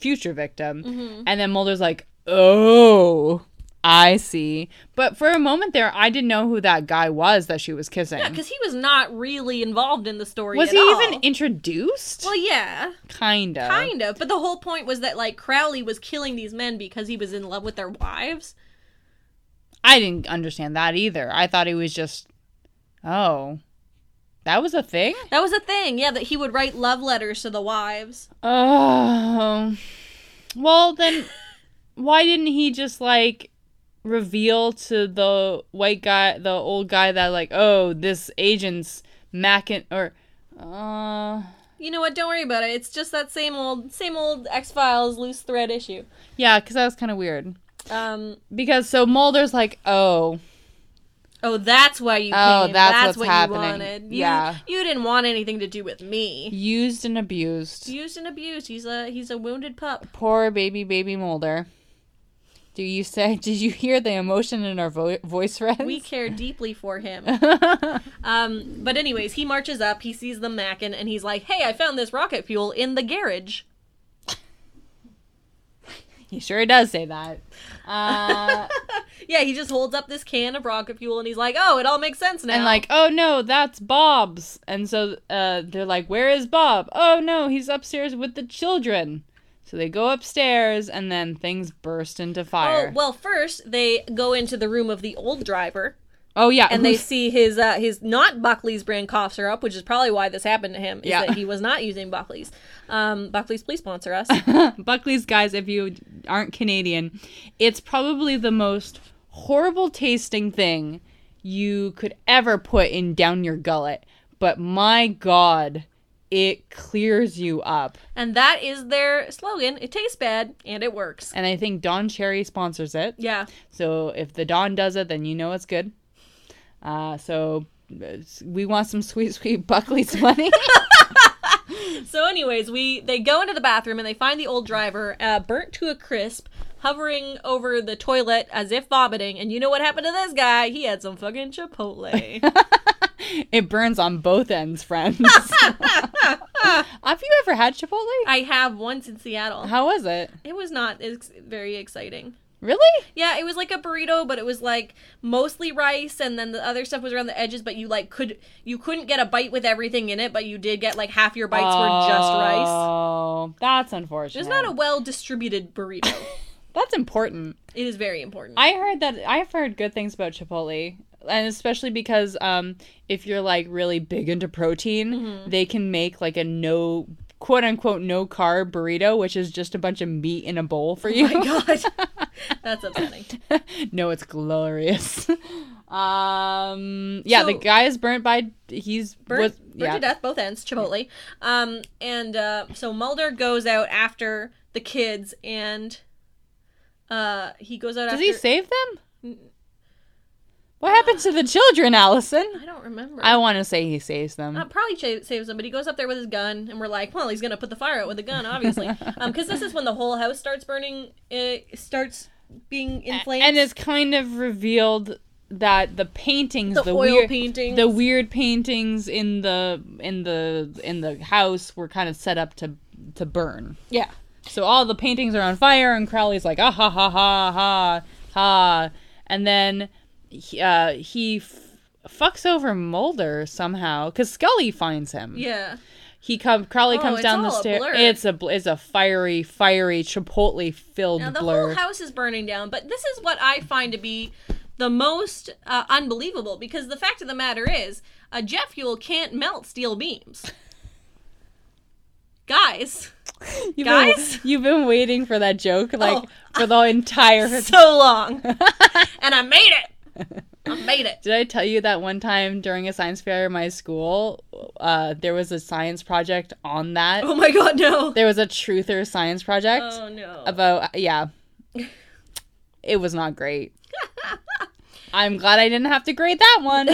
A: future victim.
B: Mm-hmm.
A: And then Mulder's like, "Oh, I see." But for a moment there, I didn't know who that guy was that she was kissing.
B: Because he was not really involved in the story.
A: was
B: at
A: he
B: all.
A: even Uh-huh. introduced?
B: Well, yeah,
A: kind of.
B: kind of. But the whole point was that like Crowley was killing these men because he was in love with their wives.
A: I didn't understand that either. I thought he was just, oh, that was a thing.
B: That was a thing. Yeah, that he would write love letters to the wives.
A: Oh, well then, why didn't he just like reveal to the white guy, the old guy, that like, oh, this agent's Mackin or, uh,
B: You know what? Don't worry about it. It's just that same old, same old X Files loose thread issue.
A: yeah, because that was kind of weird.
B: Um.
A: Because so Mulder's like, oh,
B: Oh, that's why you.
A: Oh,
B: came.
A: that's what's
B: what
A: happening.
B: you wanted. You,
A: Yeah.
B: You didn't want anything to do with me.
A: used and abused.
B: Used and abused. He's a he's a wounded pup.
A: Poor baby, baby Mulder. Do you say? (laughs) Did you hear the emotion in our vo- voice, Red?
B: We care deeply
A: (laughs)
B: for him. um. But anyways, he marches up. He sees them macking, and he's like, "Hey, I found this rocket fuel in the garage."
A: He sure does say that. Uh,
B: Yeah, he just holds up this can of rocket fuel and he's like, "Oh, it all makes sense now."
A: and like, oh no, that's Bob's. And so uh, they're like, where is Bob? Oh no, he's upstairs with the children. So they go upstairs, and then things burst into
B: oh
A: fire.
B: well, first they go into the room of the old driver
A: Oh, yeah,
B: and they
A: who's-
B: see his uh, his not Buckley's brand cough syrup, which is probably why this happened to him. Is
A: Yeah.
B: that he was not using Buckley's. Um, Buckley's, please
A: (laughs)
B: sponsor us.
A: (laughs) Buckley's guys, if you aren't Canadian, it's probably the most horrible tasting thing you could ever put in down your gullet. But my god, it clears you up.
B: and that is their slogan. It tastes bad and it works.
A: And I think Don Cherry sponsors it.
B: Yeah.
A: So if the Don does it, then you know it's good. Uh, so uh, we want some (laughs) sweet, sweet Buckley's
B: (laughs)
A: money.
B: So, anyways, we they go into the bathroom and they find the old driver uh, burnt to a crisp, hovering over the toilet as if vomiting. And you know what happened to this guy? He had some
A: (laughs)
B: fucking chipotle.
A: it burns on both ends,
B: (laughs)
A: friends. Have you ever had Chipotle?
B: I have once in Seattle.
A: How was it?
B: It was not ex- very exciting.
A: Really?
B: Yeah, it was like a burrito, but it was like mostly rice, and then the other stuff was around the edges. But you like could you couldn't get a bite with everything in it, but you did get like half your bites were just rice.
A: Oh, that's unfortunate.
B: It was not a well distributed burrito.
A: That's important.
B: it is very important.
A: I heard that I've heard good things about Chipotle, and especially because um, if you're like really big into protein,
B: Mm-hmm.
A: they can make like a no quote unquote no carb burrito, which is just a bunch of meat in a bowl for you.
B: Oh (laughs) my god, that's upsetting.
A: (laughs) no, it's glorious. (laughs) um, yeah, the
B: So-
A: guy is burnt by he's
B: burnt,
A: was-
B: burnt
A: yeah.
B: to death, both ends, Chipotle. Um, and uh, so Mulder goes out after the kids, and uh, he goes out
A: Does
B: after.
A: he save them? What happens to the children, Allison?
B: I don't remember.
A: I want to say he saves them.
B: Uh, probably cha- saves him, but he goes up there with his gun, and we're like, well, he's gonna put the fire out with a gun, (laughs) obviously, because this is when the whole house starts burning, it starts being in flames,
A: and it's kind of revealed that the paintings
B: the,
A: the,
B: oil
A: weird
B: painting.
A: the weird paintings in the in the in the house were kind of set up to to burn
B: yeah,
A: so all the paintings are on fire and crowley's like ah ha ha ha ha ha and then he, uh, he f- fucks over mulder somehow because scully finds him
B: yeah.
A: he come crowley
B: Oh,
A: comes
B: it's
A: down the
B: all a
A: stairs
B: blur.
A: it's a bl- it's a fiery fiery chipotle filled
B: Now the
A: blur
B: whole house is burning down, but this is what I find to be the most uh, unbelievable because the fact of the matter is, a jet fuel can't melt steel (laughs) beams. Guys,
A: You've
B: Guys?
A: been, (laughs) you've been waiting for that joke like
B: Oh.
A: for the
B: (laughs)
A: entire.
B: so long, and I made it. I made it. (laughs)
A: Did I tell you that one time during a science fair at my school, uh, there was a science project on
B: (gasps)
A: that?
B: Oh my god, no.
A: There was a truther science project
B: Oh no.
A: about uh, yeah. It was not great.
B: (laughs)
A: I'm glad I didn't have to grade that one.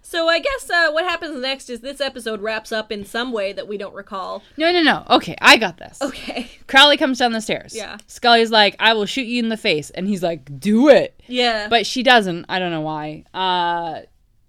B: So I guess uh, what happens next is this episode wraps up in some way that we don't recall.
A: No, no, no. Okay, I got this.
B: Okay.
A: Crowley comes down the stairs.
B: Yeah.
A: Scully's like, "I will shoot you in the face," and he's like, "Do it."
B: Yeah.
A: but she doesn't. I don't know why. Uh,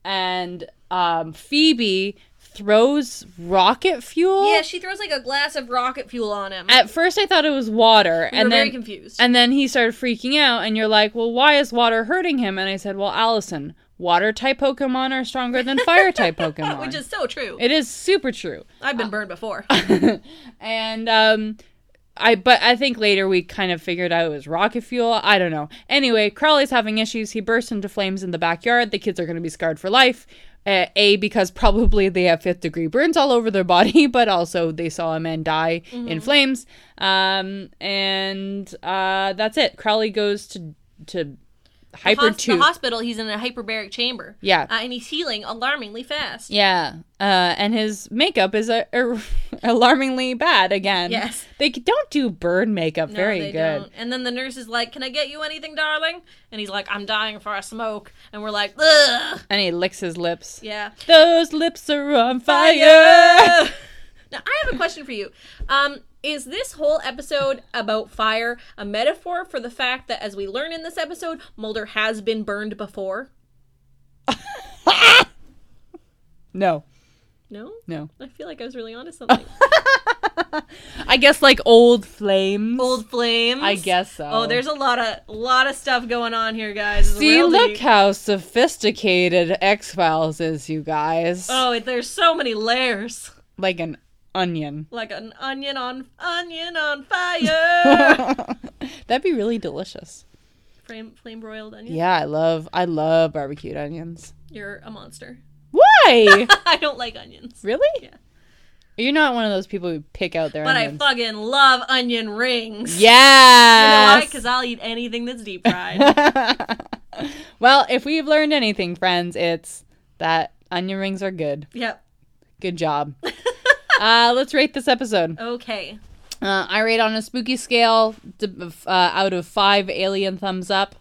A: and um, Phoebe throws rocket fuel.
B: yeah, she throws like a glass of rocket fuel on him.
A: At first, I thought it was water,
B: We're
A: and
B: very
A: then
B: confused.
A: and then he started freaking out. And you're like, "Well, why is water hurting him?" And I said, "Well, Allison, water type Pokemon are stronger than fire
B: (laughs)
A: type Pokemon."
B: which is so true.
A: it is super true.
B: I've been
A: (laughs)
B: burned before.
A: And um I but I think later we kind of figured out it was rocket fuel. I don't know. Anyway, Crowley's having issues. He bursts into flames in the backyard. The kids are going to be scarred for life. Uh, a because probably they have fifth degree burns all over their body, (laughs) but also they saw a man die
B: Mm-hmm.
A: in flames. Um and uh that's it. Crowley goes to to hyper
B: Hos- the
A: two.
B: hospital he's in a hyperbaric chamber
A: Yeah.
B: uh, and he's healing alarmingly fast
A: Yeah, uh, and his makeup is a, a- (laughs) alarmingly bad again.
B: Yes.
A: they don't do bird makeup
B: No,
A: very
B: they
A: good.
B: don't. and then the nurse is like can i get you anything darling and he's like i'm dying for a smoke and we're like Ugh.
A: and he licks his lips.
B: yeah
A: Those lips are on fire.
B: Fire! now i have a question for you um is this whole episode about fire a metaphor for the fact that, as we learn in this episode, Mulder has been burned before?
A: No,
B: No?
A: no.
B: I feel like I was really onto something.
A: I guess like old flames.
B: Old flames.
A: I guess so.
B: Oh, there's a lot of lot of stuff going on here, guys. It's
A: See,
B: real
A: look
B: deep.
A: how sophisticated X Files is, you guys.
B: Oh, there's so many layers.
A: Like an onion.
B: Like an onion on onion on
A: (laughs)
B: fire.
A: That'd be really delicious.
B: flame flame broiled onion.
A: Yeah, I love I love barbecued (laughs) onions.
B: You're a monster. (laughs)
A: Why?
B: I don't like onions.
A: really?
B: Yeah.
A: You're not one of those people who pick out their
B: But I
A: onions.
B: fucking love onion rings. You know why?
A: yes.
B: Because I'll eat anything that's deep (laughs) fried.
A: (laughs) well, if we've learned anything, friends, it's that onion rings are good.
B: yep.
A: Good job. (laughs) uh, let's rate this episode.
B: Okay.
A: Uh, I rate on a spooky scale d- uh, out of five alien thumbs up.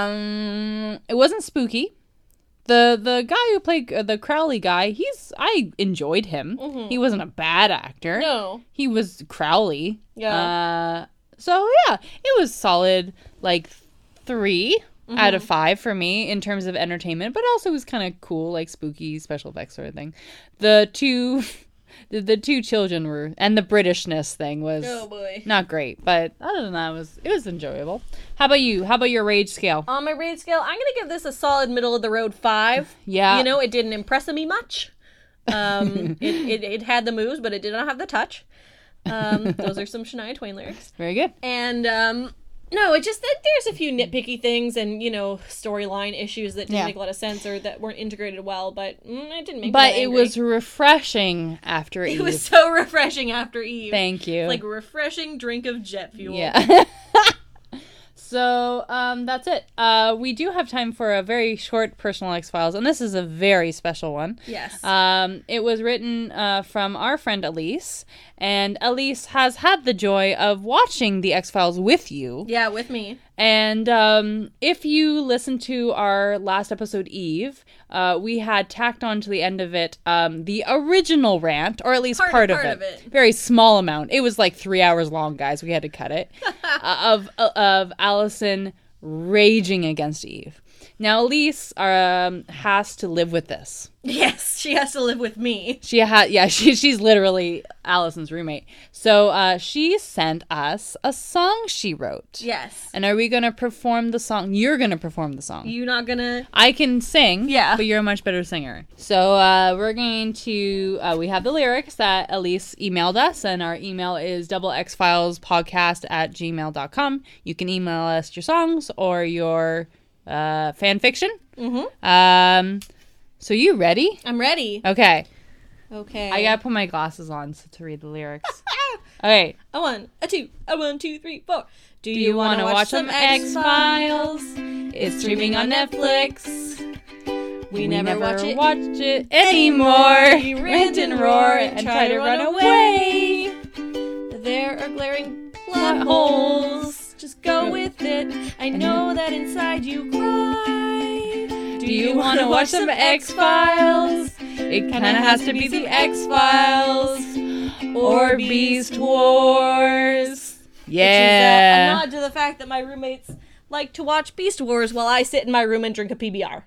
A: Um, it wasn't spooky. The the guy who played uh, the Crowley guy, he's I enjoyed him. He wasn't a bad actor.
B: No.
A: he was Crowley.
B: Yeah.
A: Uh, so yeah, it was solid like 3
B: Mm-hmm.
A: out of five for me in terms of entertainment, but also was kind of cool, like spooky special effects sort of thing. The two, (laughs) the, the two children were, and the Britishness thing was
B: Oh boy.
A: not great, but other than that, it was it was enjoyable. How about you? How about your rage scale?
B: On my rate scale, I'm gonna give this a solid middle of the road five.
A: Yeah,
B: You know, it didn't impress me much. (laughs) Um, it, it, it had the moves, but it did not have the touch. (laughs) Um, those are some Shania Twain lyrics.
A: very good.
B: And um, no, it just that there's a few nitpicky things and you know storyline issues that didn't
A: Yeah.
B: make a lot of sense or that weren't integrated well. But mm, it didn't make. me
A: But
B: that
A: it
B: angry.
A: was refreshing after
B: (laughs) it
A: Eve.
B: was so (laughs) refreshing after Eve.
A: Thank you.
B: Like a refreshing drink of jet fuel.
A: Yeah. (laughs) so um, that's it. Uh, we do have time for a very short personal X Files, and this is a very special one.
B: Yes.
A: Um, it was written uh, from our friend Elise, and Elise has had the joy of watching the X Files with you.
B: yeah, with me. (laughs)
A: And um, if you listen to our last episode, Eve, uh, we had tacked on to the end of it um, the original rant, or at least
B: Part-
A: part, of,
B: part
A: it.
B: of it.
A: Very small amount. It was like three hours long, guys. We had to cut
B: (laughs)
A: it. uh, of of Allison raging against Eve. Now Elise um, has to live with this.
B: Yes, she has to live with me.
A: She had yeah, (laughs) she she's literally Allison's roommate. So uh, she sent us a song she wrote.
B: Yes.
A: And are we gonna perform the song? You're gonna perform the song.
B: You not gonna?
A: I can sing,
B: Yeah.
A: but you're a much better singer. So uh, we're going to uh, we have the lyrics that Elise emailed us, and our email is double x files podcast at gmail.com. You can email us your songs or your uh, fan fiction. Mm-hmm. Um, so you ready?
B: I'm ready.
A: Okay,
B: Okay.
A: I gotta put my glasses on so to read the lyrics. (laughs) All right.
B: A one, a two, a one, two, three, four. Do,
A: Do you want to watch some X Files? It's streaming on Netflix.
B: We never watch it
A: anymore.
B: We
A: Rant and roar and try to run away.
B: There are glaring plot holes. Just go with it. I know that inside you cry.
A: Do you want to watch some X Files? It kind of has to be the X Files or Beast Wars.
B: Yeah.
A: Yeah.
B: a uh, nod to the fact that my roommates like to watch Beast Wars while I sit in my room and drink a PBR.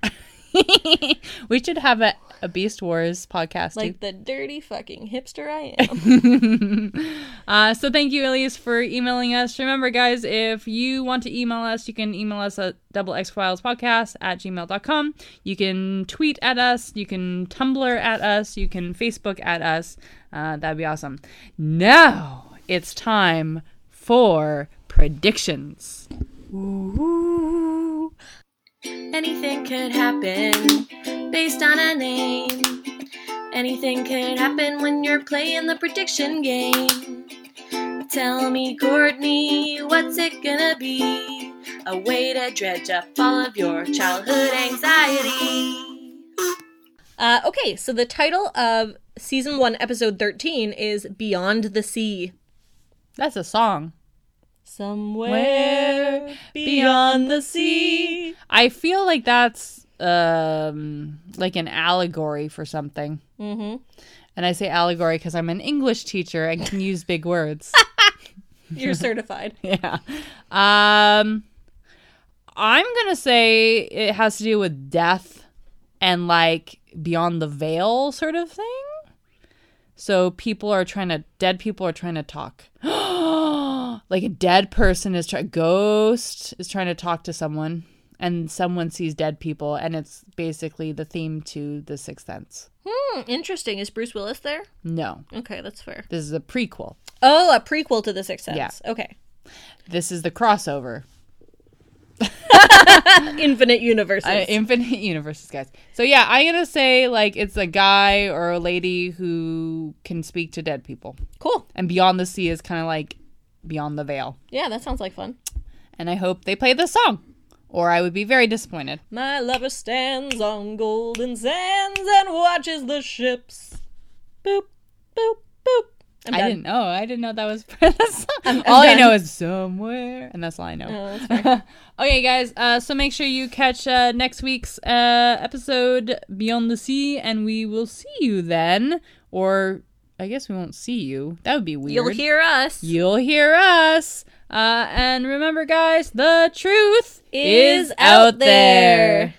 A: (laughs) we should have a, a Beast Wars podcast. too.
B: like the dirty fucking hipster I am.
A: (laughs) Uh, so thank you, Elise, for emailing us. Remember, guys, if you want to email us, you can email us at double X Files podcast at gmail.com. You can tweet at us. You can Tumblr at us. You can Facebook at us. Uh, that'd be awesome. Now it's time for predictions.
D: Anything could happen based on a name. Anything could happen when you're playing the prediction game. Tell me, Courtney, what's it gonna be? A way to dredge up all of your childhood anxiety.
B: Uh, okay, so the title of season one, episode 13 is Beyond the Sea.
A: That's a song.
B: Somewhere beyond the sea.
A: I feel like that's um like an allegory for something. Mm-hmm. And I say allegory because I'm an English teacher and can use big words.
B: You're certified.
A: (laughs) yeah. Um, I'm gonna say it has to do with death and like beyond the veil sort of thing. So people are trying to dead people are trying to talk. (gasps) like a dead person is trying ghost is trying to talk to someone and someone sees dead people and it's basically the theme to The Sixth Sense.
B: Hmm, interesting. Is Bruce Willis there?
A: No.
B: Okay, that's fair.
A: This is a prequel.
B: Oh, a prequel to The Sixth Sense. Okay.
A: This is the crossover.
B: Infinite universes.
A: Uh, infinite (laughs) universes, guys. So yeah, I'm gonna say like it's a guy or a lady who can speak to dead people,
B: cool.
A: and Beyond the Sea is kind of like Beyond the Veil.
B: Yeah, that sounds like fun.
A: And I hope they play this song, or I would be very disappointed.
B: My lover stands on golden sands and watches the ships. Boop, boop, boop. I'm
A: I
B: done.
A: didn't know. I didn't know that was (laughs) part of the song. all I
B: done.
A: know is somewhere, and that's all I know.
B: Oh, that's
A: (laughs) okay, guys. Uh, so make sure you catch uh, next week's uh, episode Beyond the Sea, and we will see you then. Or I guess we won't see you. That would be weird.
B: You'll hear us.
A: You'll hear us. Uh, and remember, guys, the truth
B: Is out there.